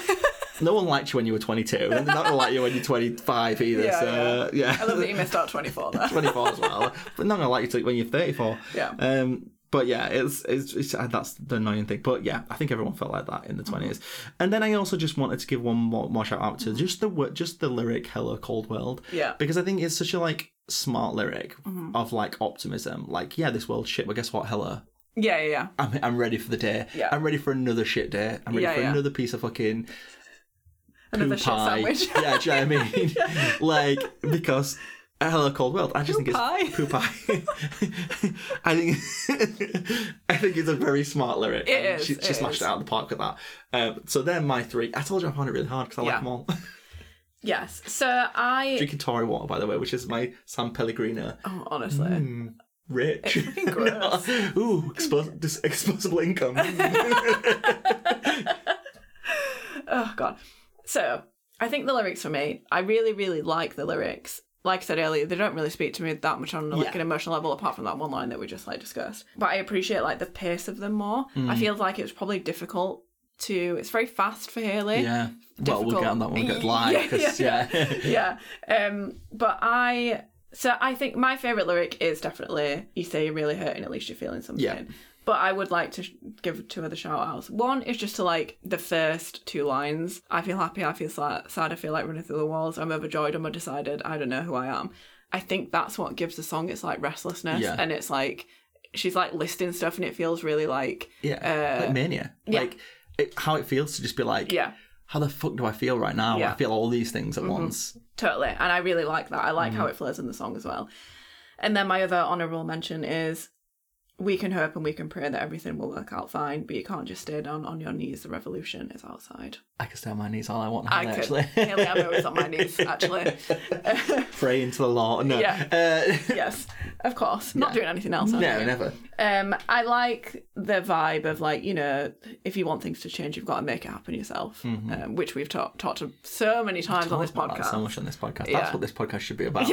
S1: No one liked you when you were 22, and they're not gonna like you when you're 25 either.
S2: Yeah,
S1: so yeah,
S2: I love
S1: [LAUGHS]
S2: that you missed out 24 there.
S1: 24 as well, but not gonna like you till when you're 34.
S2: Yeah.
S1: Um. But yeah, it's, it's it's uh, that's the annoying thing. But yeah, I think everyone felt like that in the 20s.
S2: Mm-hmm.
S1: And then I also just wanted to give one more, more shout out to just the word, just the lyric "Hello Cold World."
S2: Yeah. Mm-hmm.
S1: Because I think it's such a like smart lyric of like optimism. Like yeah, this world's shit, but guess what? Hello.
S2: [LAUGHS] Yeah, yeah, yeah.
S1: I'm, I'm ready for the day.
S2: Yeah.
S1: I'm ready for another shit day. I'm ready
S2: Yeah,
S1: for
S2: yeah.
S1: another piece of fucking
S2: Another
S1: poo
S2: shit
S1: pie.
S2: sandwich.
S1: [LAUGHS]
S2: [LAUGHS]
S1: yeah, do you know what I mean? like because hello cold world. I just think
S2: pie.
S1: it's poo pie. [LAUGHS] I think [LAUGHS] I think it's a very smart lyric.
S2: It
S1: and
S2: is,
S1: She, she
S2: it
S1: smashed
S2: is.
S1: it out of the park with that. Um, so they're my three. I told you I found it really hard because I like
S2: Yeah.
S1: them all.
S2: Yes. So I.
S1: [LAUGHS] Drinking Tory water, by the way, which is my San Pellegrino. Hmm.
S2: Oh, honestly.
S1: Rich. [LAUGHS]
S2: fucking gross.
S1: No. Ooh, expos- dis-
S2: [LAUGHS]
S1: disposable income.
S2: Oh god. So I think the lyrics for me, I really, really like the lyrics. Like I said earlier, they don't really speak to me that much on like
S1: Yeah.
S2: an emotional level, apart from that one line that we just like discussed. But I appreciate like the pace of them more. I feel like it was probably difficult to. It's very fast for Haley.
S1: yeah.
S2: [LAUGHS]
S1: Well, we'll get on that one. We'll get
S2: Difficult.
S1: live. 'cause,
S2: [LAUGHS] Yeah,
S1: yeah.
S2: yeah. Um, but I So I think my favorite lyric is definitely "You say you're really hurting, at least you're feeling something."
S1: Yeah.
S2: But I would like to sh- give two other shout outs. One is just to like the first two lines. I feel happy. I feel sa- sad. I feel like running through the walls. I'm overjoyed. I'm undecided. I don't know who I am. I think that's what gives the song its like restlessness,
S1: Yeah.
S2: and it's like she's like listing stuff, and it feels really like
S1: [LAUGHS] Yeah,
S2: Uh,
S1: like mania.
S2: yeah.
S1: Like it, how it feels to just be like,
S2: yeah,
S1: how the fuck do I feel right now?
S2: Yeah. Mm-hmm.
S1: I feel all these things at once.
S2: Totally. And I really like that. I like how
S1: Mm.
S2: it flows in the song as well. And then my other honourable mention is we can hope and we can pray that everything will work out fine, but you can't just stay down on your knees. The revolution is outside.
S1: I can stay on my knees all I want.
S2: I
S1: now,
S2: could. [LAUGHS]
S1: actually.
S2: Haley Atwell was on my knees, actually.
S1: [LAUGHS] Pray into the law. No.
S2: Yeah.
S1: Uh, [LAUGHS]
S2: yes, of course. Not doing anything else. are
S1: no,
S2: you?
S1: never.
S2: Um, I like the vibe of like you know, if you want things to change, you've got to make it happen yourself, um, which we've ta- talked so many times on this
S1: Mm-hmm. Talked about that
S2: podcast.
S1: So much on this podcast.
S2: Yeah.
S1: That's what this podcast should be about.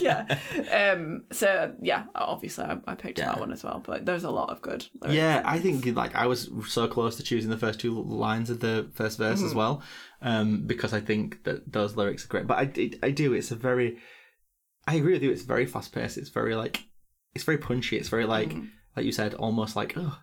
S2: [LAUGHS]
S1: [LAUGHS]
S2: yeah, yeah. Um, so yeah, obviously I, I picked that
S1: Yeah.
S2: one as well, but there's a lot of good. lyrics.
S1: Yeah, I think like I was so close to choosing the first two lines of the first verse
S2: Mm-hmm.
S1: as well, um, because I think that those lyrics are great. But I, d- I do. It's a very, I agree with you. It's very fast paced. It's very like, it's very punchy. It's very like,
S2: Mm-hmm.
S1: like you said, almost like oh,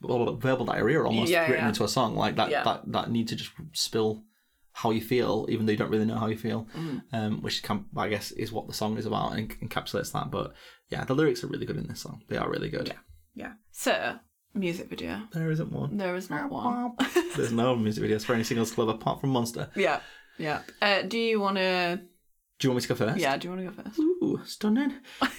S1: well, verbal diarrhea, almost
S2: Yeah,
S1: written
S2: yeah.
S1: into a song. Like that,
S2: Yeah.
S1: that, that need to just spill how you feel, even though you don't really know how you feel,
S2: Mm-hmm.
S1: um, which can, I guess, is what the song is about and encapsulates that. But yeah, the lyrics are really good in this song. They are really good.
S2: yeah. So music video,
S1: There isn't one.
S2: there is not one.
S1: [LAUGHS] There's no music videos for any singles club apart from Monster.
S2: Yeah, yeah. Uh, do you want to?
S1: Do you want me to go first?
S2: Yeah, do you want to go first?
S1: Ooh,
S2: [LAUGHS]
S1: stunning.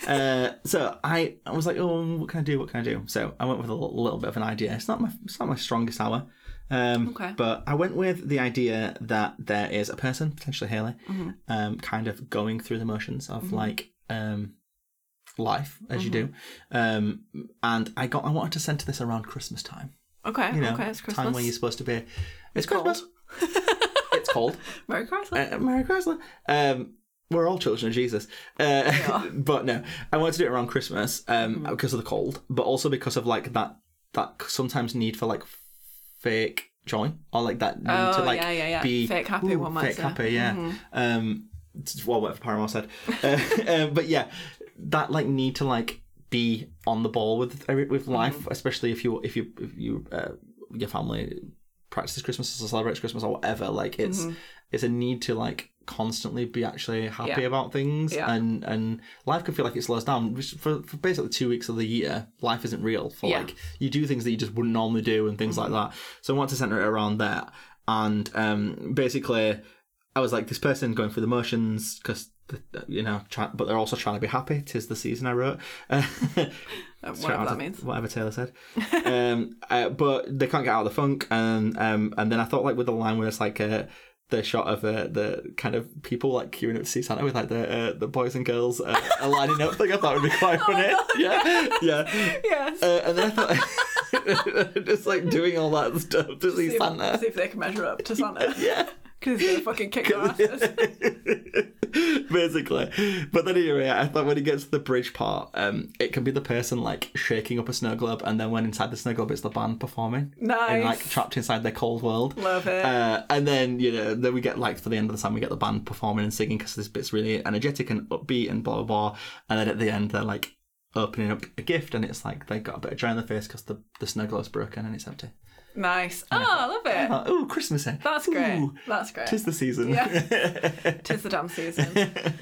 S1: uh, so I, I was like, oh, what can I do? What can I do? So I went with a little, little bit of an idea. It's not my it's not my strongest hour. Um,
S2: Okay.
S1: But I went with the idea that there is a person, potentially Haley,
S2: Mm-hmm.
S1: um, kind of going through the motions of like um, life as you
S2: Mm-hmm.
S1: do, um, and I got I wanted to centre this around Christmas time.
S2: Okay,
S1: You know,
S2: Oh, okay. It's Christmas.
S1: time when you're supposed to be. It's,
S2: cold. [LAUGHS]
S1: Christmas. it's cold.
S2: Merry Christmas.
S1: uh, Mary Chrysler. Um, we're all children of Jesus. [LAUGHS] Uh, but no, I wanted to do it around Christmas um,
S2: Mm-hmm.
S1: because of the cold, but also because of like that that sometimes need for like fake joy or like that need to
S2: Oh,
S1: like
S2: yeah, yeah, yeah.
S1: be
S2: Fake happy,
S1: ooh,
S2: one might
S1: fake
S2: say. Mm-hmm.
S1: happy, yeah. Um, t- well, whatever
S2: [LAUGHS]
S1: Paramore said, uh, [LAUGHS] um, but yeah, that like need to like be on the ball with
S2: Mm-hmm.
S1: with life, especially if you if you if you uh, your family practices Christmas or celebrates Christmas or whatever. Like it's
S2: Mm-hmm.
S1: it's a need to like constantly be actually happy
S2: Yeah.
S1: about things
S2: Yeah.
S1: and and life can feel like it slows down which for, for basically two weeks of the year life isn't real for
S2: Yeah. Mm-hmm.
S1: like you do things that you just wouldn't normally do and things like that so i want to center it around that and um basically i was like this person going through the motions because you know try, but they're also trying to be happy tis the season i wrote [LAUGHS]
S2: Uh,
S1: Straight
S2: whatever
S1: out
S2: that
S1: of
S2: means.
S1: Whatever
S2: [LAUGHS]
S1: Taylor said. um, uh, but they can't get out of the funk, and um, and then I thought like with the line where it's like uh, the shot of uh, the kind of people like queuing up to see Santa with like the uh, the boys and girls uh, are lining up. Like I thought it would be
S2: [LAUGHS]
S1: quite
S2: Oh
S1: funny. [LAUGHS] yeah, [LAUGHS] yeah.
S2: Yes.
S1: Uh, and then I thought [LAUGHS] just like doing all that stuff to see
S2: see, if,
S1: Santa.
S2: see if they can measure up to Santa. [LAUGHS]
S1: [LAUGHS] Yeah.
S2: Because he's gonna fucking
S1: [LAUGHS]
S2: kick their asses.
S1: Basically, but then anyway, I thought when it gets to the bridge part, um, it can be the person like shaking up a snow globe, and then when inside the snow globe, it's the band performing, and like
S2: Nice.
S1: trapped inside their cold world.
S2: Love it.
S1: Uh, and then you know, then we get like to the end of the song, we get the band performing and singing because this bit's really energetic and upbeat and blah blah blah. And then at the end, they're like opening up a gift, and it's like they got a bit of joy on their face because the the snow globe's broken and it's empty.
S2: Nice. Oh, I love it.
S1: Uh, oh, Christmas! eh?
S2: That's great.
S1: Ooh,
S2: That's great.
S1: Tis the season.
S2: Tis the damn season. uh,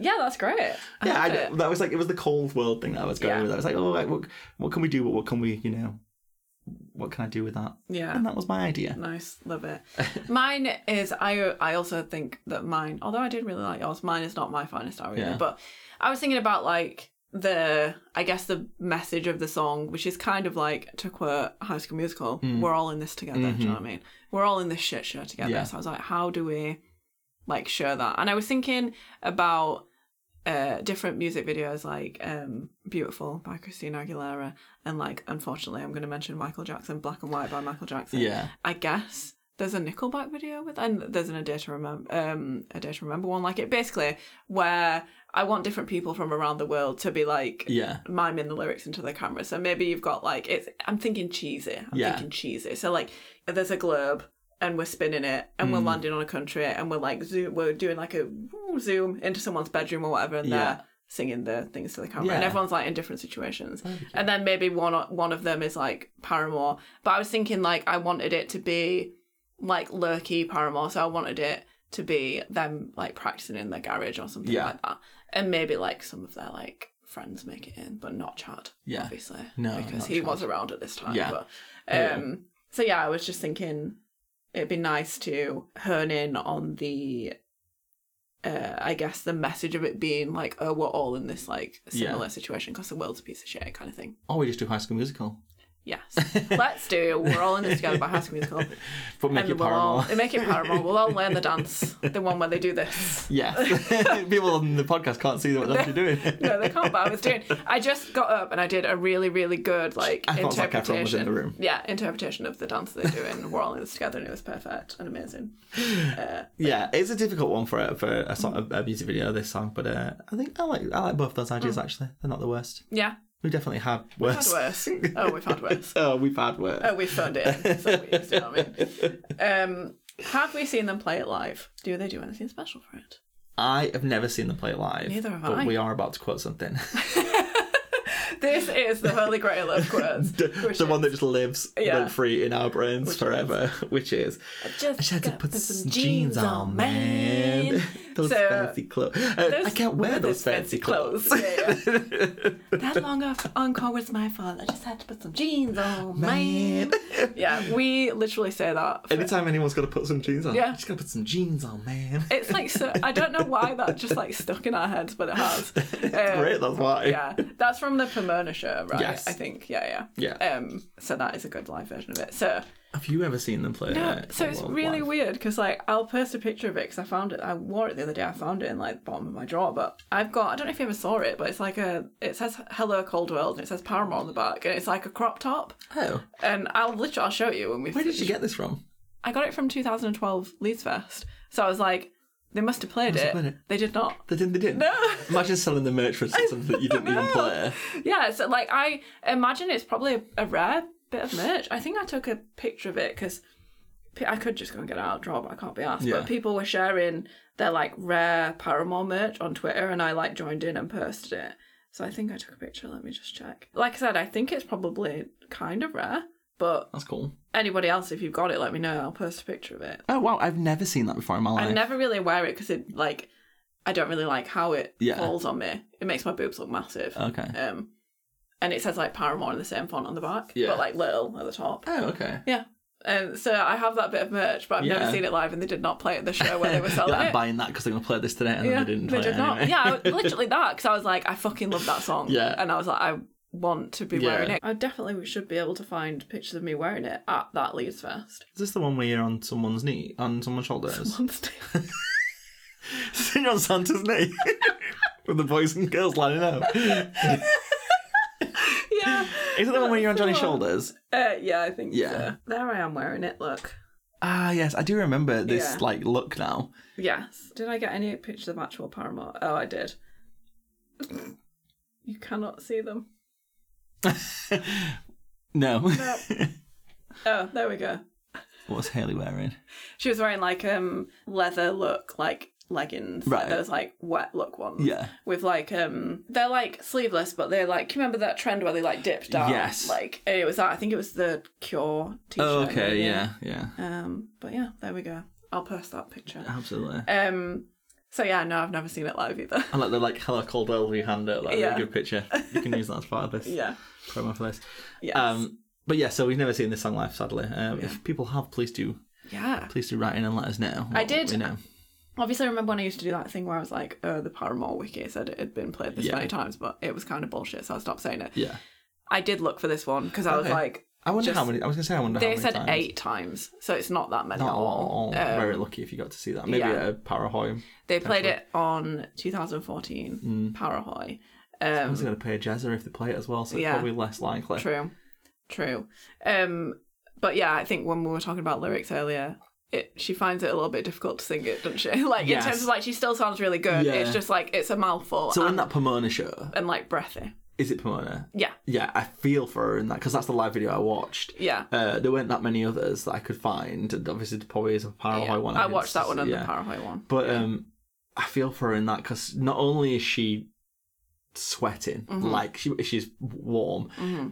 S2: yeah, that's great. I
S1: [LAUGHS] Yeah,
S2: love
S1: I,
S2: it.
S1: that was like it was the cold world thing that I was going
S2: Yeah.
S1: with. I was like, oh, like, what, what can we do? What, what can we, you know, what can I do with that?
S2: yeah.
S1: And that was my idea.
S2: Nice, love it. [LAUGHS] mine is I. I also think that mine, although I did really like yours, mine is not my finest hour. either.
S1: Yeah.
S2: But I was thinking about like the, I guess the message of the song, which is kind of like to quote High School Musical,
S1: Hmm.
S2: "We're all in this together." Do you know what I mean? We're all in this shit show together.
S1: Mm-hmm. Yeah.
S2: So I was like, how do we like show that? And I was thinking about uh, different music videos like um, Beautiful by Christina Aguilera and like unfortunately I'm going to mention Michael Jackson Black and White by Michael Jackson
S1: Yeah.
S2: I guess there's a Nickelback video with, and there's an a day to remember, um, a day to remember one like it basically where I want different people from around the world to be like
S1: Yeah.
S2: miming the lyrics into the camera. So maybe you've got like it's. I'm thinking cheesy. I'm
S1: Yeah.
S2: thinking cheesy. So like there's a globe. and we're spinning it and
S1: Mm.
S2: we're landing on a country and we're like zoom we're doing like a woo zoom into someone's bedroom or whatever and
S1: Yeah.
S2: they're singing the things to the camera and
S1: Yeah.
S2: everyone's like in different situations and then maybe one o- one of them is like Paramore but I was thinking like I wanted it to be like lurky Paramore so I wanted it to be them like practicing in their garage or something
S1: Yeah.
S2: like that and maybe like some of their like friends make it in but not Chad
S1: Yeah.
S2: obviously
S1: No,
S2: because
S1: not
S2: he
S1: Chad.
S2: was around at this time
S1: Yeah.
S2: but
S1: Yeah.
S2: um so yeah, I was just thinking it'd be nice to hone in on the uh, I guess the message of it being like, oh, we're all in this like similar situation 'cause situation because the world's a piece of shit kind of thing.
S1: Or we just do High School Musical.
S2: Yes,
S1: [LAUGHS]
S2: let's do. We're all in this together by High School Musical,
S1: But make
S2: and
S1: it
S2: we'll all
S1: Paramore. [LAUGHS]
S2: they make it Paramore. We'll all learn the dance, the one where they do this. [LAUGHS]
S1: Yes. People on the podcast can't see what they're actually doing.
S2: No, they can't. But I was doing. I just got up and I did a really, really good like
S1: I thought Zac
S2: interpretation.
S1: Efron was in the room.
S2: Yeah, interpretation of the dance they're doing. We're all in this together, and it was perfect and amazing. Uh,
S1: Yeah, it's a difficult one for a, for a, song, a, a music video. This song, but uh, I think I like I like both those ideas.
S2: Mm.
S1: Actually, they're not the worst.
S2: yeah,
S1: We definitely have
S2: had
S1: worse. [LAUGHS]
S2: worse. Oh, we've had worse.
S1: oh, we've had worse.
S2: Oh, we found it. It's so weird, you know what I mean? Um, have we seen them play it live? Do they do anything special for it?
S1: I have never seen them play live.
S2: Neither have
S1: but
S2: I.
S1: we are about to quote something.
S2: This is the holy grail of quotes.
S1: [LAUGHS] the
S2: which
S1: one
S2: is,
S1: that just lives
S2: Yeah.
S1: rent free in our brains
S2: Which
S1: forever, [LAUGHS] which is
S2: "I just
S1: I had to
S2: got
S1: put some jeans on, man. [LAUGHS] those
S2: So,
S1: fancy clothes. Uh, I
S2: those-
S1: can't wear those fancy clothes.
S2: Yeah, yeah. that long off encore was my fault. I just had to put some jeans on,
S1: [GASPS]
S2: man. yeah, we literally say that. for-
S1: [LAUGHS] Anytime anyone's got to put some jeans on,
S2: Yeah.
S1: just got to put some jeans on, man.
S2: [LAUGHS] It's like so. I don't know why that just like stuck in our heads, but it has.
S1: [LAUGHS] It's
S2: Um,
S1: great, that's why.
S2: yeah, that's from the Pomona show, right?
S1: Yes.
S2: I think. Yeah, yeah.
S1: Yeah.
S2: Um, so that is a good live version of it. So,
S1: Have you ever seen them play?
S2: yeah,
S1: uh,
S2: so it's
S1: Cold World
S2: really
S1: live?
S2: weird because like I'll post a picture of it because I found it. I wore it the other day. I found it in like the bottom of my drawer, but I've got. I don't know if you ever saw it, but it's like a. It says "Hello Cold World" and it says Paramore on the back, and it's like a crop top.
S1: Oh,
S2: And I'll literally I'll show it you when we.
S1: where did you get this from?
S2: I got it from 2012 Leeds Fest. So I was like, they must have played,
S1: Must have
S2: it.
S1: played it.
S2: They did not.
S1: They didn't. They didn't.
S2: No.
S1: Imagine selling
S2: [LAUGHS]
S1: the merch for something that you didn't even play.
S2: Yeah, so like I imagine it's probably a, a rare bit of merch. I think I took a picture of it because I could just go and get it out of the drawer, but I can't be asked.
S1: Yeah.
S2: But people were sharing their like rare Paramore merch on Twitter, and I like joined in and posted it. So I think I took a picture. Let me just check. Like I said, I think it's probably kind of rare, but
S1: That's cool.
S2: anybody else, if you've got it, let me know. I'll post a picture of it.
S1: Oh wow, I've never seen that before in my life.
S2: I never really wear it because it like I don't really like how it
S1: Yeah.
S2: falls on me. It makes my boobs look massive.
S1: Okay.
S2: Um, and it says like Paramore in the same font on the back,
S1: Yeah.
S2: but like little at the top.
S1: oh okay.
S2: Yeah. Um, so I have that bit of merch, but I've
S1: Yeah.
S2: never seen it live, and they did not play it at the show where
S1: [LAUGHS]
S2: they were selling
S1: You're like, I'm
S2: it.
S1: buying that because I'm gonna play this today, and
S2: yeah,
S1: then they didn't. play it
S2: not.
S1: Anyway. [LAUGHS]
S2: Yeah, I- literally that because I was like, I fucking love that song.
S1: Yeah.
S2: and I was like, I want to be
S1: Yeah.
S2: wearing it. I definitely should be able to find pictures of me wearing it at that Leeds Fest. [LAUGHS]
S1: Is this the one where you're on someone's knee, on someone's [LAUGHS] shoulders? Sitting on Santa's knee [LAUGHS] with the boys and girls lining [LAUGHS] up. Isn't
S2: yeah,
S1: it the one where you're on Johnny's
S2: That's the one.
S1: shoulders?
S2: uh, yeah, I think.
S1: Yeah.
S2: so. there I am wearing it. Look.
S1: Ah, yes, I do remember this
S2: Yeah.
S1: like look now.
S2: Yes. Did I get any pictures of actual Paramore? Oh, I did. you cannot see them.
S1: No,
S2: No. oh, there we go.
S1: [LAUGHS] what's Haley wearing?
S2: She was wearing like um leather look like leggings, like
S1: Right.
S2: those like wet look ones.
S1: Yeah.
S2: With like um, they're like sleeveless, but they're like. Can you remember that trend where they like dipped down?
S1: Yes.
S2: Like and it was that. I think it was the Cure T-shirt.
S1: Oh, okay,
S2: maybe.
S1: yeah, yeah,
S2: Um, but yeah, there we go. I'll post that picture.
S1: absolutely.
S2: Um, so yeah, no, I've never seen it live
S1: [LAUGHS]
S2: either.
S1: And like the like hello Caldwell we hand out like
S2: Yeah.
S1: really good picture. You can use that as part of
S2: [LAUGHS]
S1: this
S2: yeah.
S1: promo for this.
S2: Yes.
S1: Um, but yeah, so we've never seen this song live, sadly. Um, If people have, please do,
S2: yeah.
S1: please do write in and let us know. what
S2: did-
S1: We know.
S2: Obviously, I remember when I used to do that thing where I was like, oh, the Paramore wiki said it had been played this
S1: Yeah.
S2: many times, but it was kind of bullshit, so I stopped saying it.
S1: Yeah,
S2: I did look for this one because I was
S1: Okay.
S2: like,
S1: I wonder
S2: Just-
S1: how many. I was gonna say I wonder how
S2: they
S1: many
S2: said
S1: times.
S2: eight times, so it's not that many.
S1: Not
S2: at
S1: a
S2: all.
S1: lot.
S2: Um,
S1: Very lucky if you got to see that. Maybe
S2: yeah.
S1: at a Parahoy.
S2: they played it on 2014,
S1: Mm.
S2: Parahoy.
S1: I
S2: Um,
S1: was going to pay a Jezza if they play it as well, so it's
S2: Yeah.
S1: probably less likely.
S2: True, true. Um, but yeah, I think when we were talking about lyrics earlier, it she finds it a little bit difficult to sing it, doesn't she? [LAUGHS] Like
S1: Yes.
S2: in terms of like she still sounds really good.
S1: Yeah.
S2: It's just like it's a mouthful
S1: So in
S2: and,
S1: that Pomona show,
S2: and like breathy.
S1: Is it Pomona?
S2: Yeah.
S1: Yeah, I feel for her in that because that's the live video I watched.
S2: Yeah.
S1: Uh, there weren't that many others that I could find, and obviously the probably is a Paraguay
S2: yeah.
S1: one.
S2: I
S1: didn't
S2: watched that one
S1: see-
S2: and
S1: yeah.
S2: the Paraguay one.
S1: But um, I feel for her in that because not only is she sweating,
S2: Mm-hmm.
S1: like she, she's warm,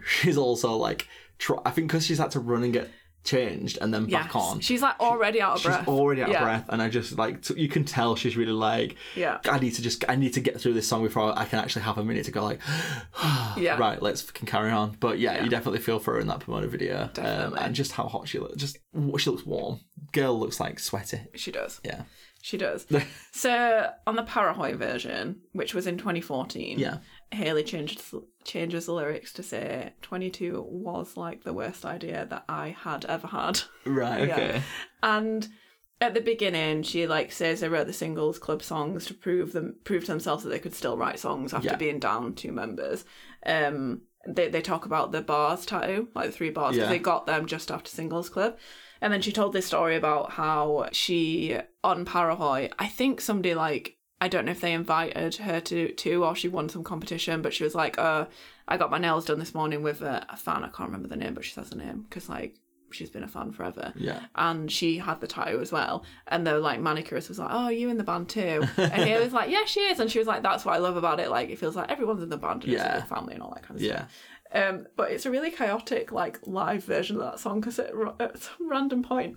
S1: she's also like, tr- I think because she's had to run and get changed and then back
S2: Yes.
S1: on.
S2: She's like already out of
S1: She's
S2: breath.
S1: already out
S2: yeah.
S1: of breath, and I just like t- you can tell she's really like,
S2: Yeah.
S1: I need to just I need to get through this song before I can actually have a minute to go like,
S2: Yeah.
S1: right, let's fucking carry on. But yeah, you definitely feel for her in that promoter video, um,
S2: Definitely.
S1: and just how hot she looks. Just she looks warm. Girl looks like sweaty.
S2: She does.
S1: Yeah,
S2: She
S1: [LAUGHS]
S2: does. so on the Parahoy version, which was in 2014,
S1: yeah.
S2: Haley changed changes the lyrics to say 22 was like the worst idea that I had ever had.
S1: Right.
S2: Yeah.
S1: Okay.
S2: And at the beginning, she like says they wrote the singles club songs to prove them prove to themselves that they could still write songs after
S1: Yeah.
S2: being down two members. Um, they they talk about the bars tattoo, like the three bars, because
S1: Yeah.
S2: they got them just after singles club. And then she told this story about how she on Parahoy, I think somebody like I don't know if they invited her to to or she won some competition, but she was like, "Uh, I got my nails done this morning with a, a fan. I can't remember the name, but she says the name because like she's been a fan forever."
S1: Yeah.
S2: and she had the tattoo as well. And the like manicurist was like, "Oh, are you in the band
S1: [LAUGHS]
S2: too?" And he was like, "Yeah, she is." And she was like, "That's what I love about it. Like, it feels like everyone's in the band and it's
S1: Yeah.
S2: a big family and all that kind of
S1: Yeah.
S2: stuff." Um, but it's a really chaotic like live version of that song because at, ro- at some random point.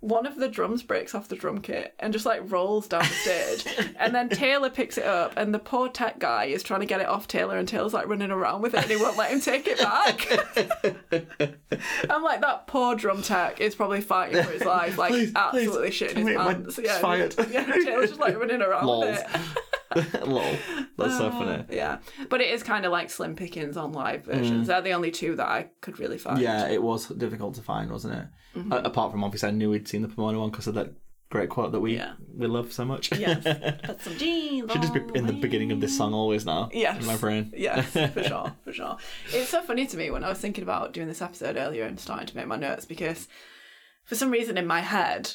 S2: One of the drums breaks off the drum kit and just like rolls down the
S1: [LAUGHS]
S2: stage, and then Taylor picks it up, and the poor tech guy is trying to get it off Taylor, and Taylor's like running around with it, and he won't let him take it back.
S1: [LAUGHS]
S2: I'm like that poor drum tech is probably fighting for his life, like
S1: Please,
S2: absolutely
S1: please,
S2: shitting
S1: come
S2: his
S1: here, my-
S2: pants. Yeah,
S1: it's fired.
S2: [LAUGHS] yeah, Taylor's just like running around with it.
S1: Lols. [LAUGHS] Lol. That's so funny.
S2: Yeah, but it is kind of like slim pickings on live versions. They're the only two that I could really find.
S1: Mm. Yeah, it was difficult to find, wasn't it?
S2: Mm-hmm.
S1: A- apart from obviously, I knew we'd seen the Pomona one because of that great quote that we
S2: Yeah.
S1: we love so much. [LAUGHS]
S2: Yes. Put some jeans.
S1: Should just be in the
S2: on.
S1: beginning of this song always now.
S2: Yes.
S1: In my brain. [LAUGHS]
S2: Yes, for sure, for sure. It's so funny to me when I was thinking about doing this episode earlier and starting to make my notes because for some reason in my head,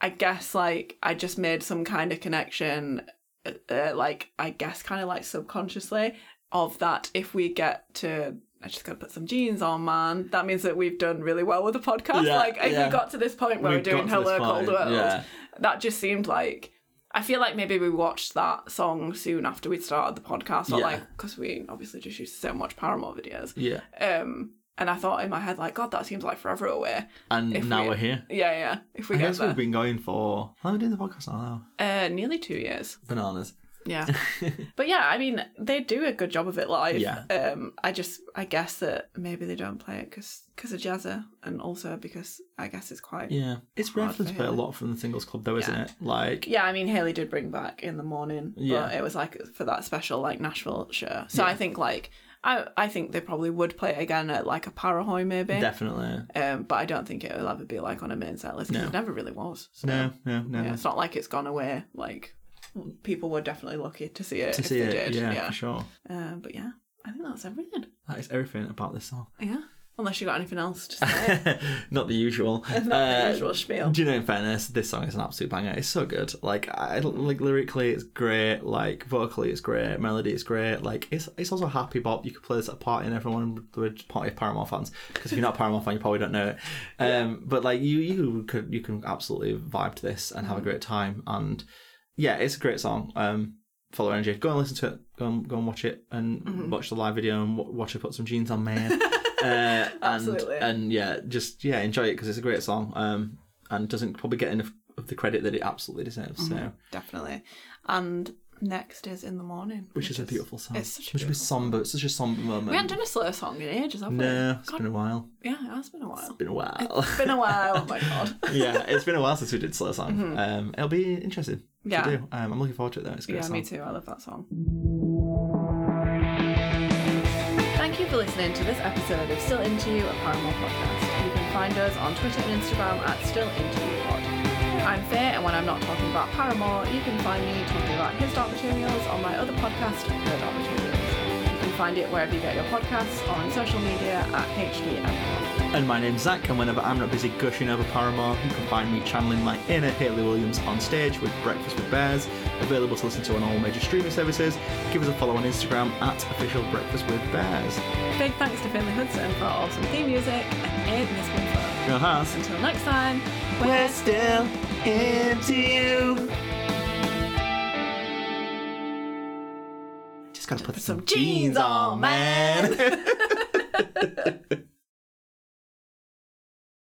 S2: I guess like I just made some kind of connection, uh, uh, like I guess kind of like subconsciously of that if we get to. I just gotta put some jeans on, man. That means that we've done really well with the podcast.
S1: Yeah,
S2: like, if
S1: yeah.
S2: we got to this point where
S1: We
S2: we're doing
S1: got to this
S2: Hello Cold
S1: point,
S2: World,
S1: yeah.
S2: that just seemed like I feel like maybe we watched that song soon after we started the podcast, or
S1: Yeah.
S2: like because we obviously just used so much Paramore videos.
S1: Yeah.
S2: Um, and I thought in my head like, God, that seems like forever away.
S1: And
S2: If
S1: now
S2: we-
S1: we, are here.
S2: Yeah, yeah. If we
S1: I
S2: get
S1: guess
S2: there,
S1: we've been going for how long we doing the podcast now?
S2: uh, nearly two years.
S1: Bananas. [LAUGHS]
S2: Yeah, but yeah, I mean, they do a good job of it live.
S1: Yeah.
S2: Um, I just, I guess that maybe they don't play it because of Jazza, and also because I guess it's quite.
S1: Yeah. It's referenced
S2: for
S1: by a
S2: him.
S1: lot from the singles club though, isn't
S2: Yeah.
S1: it? Like
S2: Yeah, I mean, Haley did bring back in the morning,
S1: Yeah.
S2: but it was like for that special like Nashville show. So I think like I I think they probably would play it again at like a Parahoy maybe.
S1: definitely.
S2: um, but I don't think it will ever be like on a main set list. 'cause It never really was. So,
S1: No, no, no.
S2: yeah, it's not like it's gone away. Like people were definitely lucky to see it.
S1: To
S2: if
S1: see
S2: they
S1: it,
S2: did.
S1: yeah, for sure.
S2: Uh, but yeah, I think that's everything.
S1: That is everything about this song.
S2: Yeah, unless you got anything else to say.
S1: [LAUGHS] not the usual.
S2: Not the
S1: Uh,
S2: usual spiel.
S1: Do you know, in fairness, this song is an absolute banger. It's so good. Like, I like lyrically, it's great. Like, vocally, it's great. Melody, it's great. Like, it's it's also happy bop. You could play this at a party, and everyone would party of Paramore fans. Because if you're not a Paramore fan, you probably don't know it. Um, but like, you you could you can absolutely vibe to this and have a great time. And yeah, it's a great song. Um, follow energy. Go and listen to it. Go and go and watch it, and
S2: Mm-hmm.
S1: watch the live video, and w- watch her put some jeans on,
S2: [LAUGHS]
S1: man. uh,
S2: Absolutely.
S1: And, and yeah, just yeah, enjoy it because it's a great song. Um, and doesn't probably get enough of the credit that it absolutely deserves.
S2: Mm-hmm.
S1: So,
S2: Definitely. And next is in the morning,
S1: which is a beautiful song.
S2: it's such a
S1: which was somber. It's such a somber moment.
S2: We haven't done a slow song in ages, have we?
S1: no, it's
S2: God,
S1: been a while.
S2: yeah, it has been a while.
S1: Been a while.
S2: been a while. Oh my god.
S1: [LAUGHS] yeah, it's been a while since we did slow song. Um, it'll be interesting. to
S2: Mm-hmm. Yeah.
S1: do. Um, I'm looking forward to it though. It's a great
S2: Yeah,
S1: song.
S2: me too. I love that song. Thank you for listening to this episode of Still Into You, a Paramore podcast. You can find us on Twitter and Instagram at Still Into You Pod. I'm Faye, and when I'm not talking about Paramore, you can find me talking about His Dark Materials on my other podcast, The Dark Materials. You can find it wherever you get your podcasts or on social media at HDM Pod.
S1: And my name's Zach, and whenever I'm not busy gushing over Paramore, you can find me channeling my inner Haley Williams on stage with Breakfast with Bears, available to listen to on all major streaming services. Give us a follow on Instagram at official breakfast with bears.
S2: Big thanks to Finley Hudson for our awesome theme music and Aid Miss Winflow.
S1: Your hearts.
S2: Until next time,
S1: Uh-huh. We're still into you. [LAUGHS] Just gotta put some jeans on, man.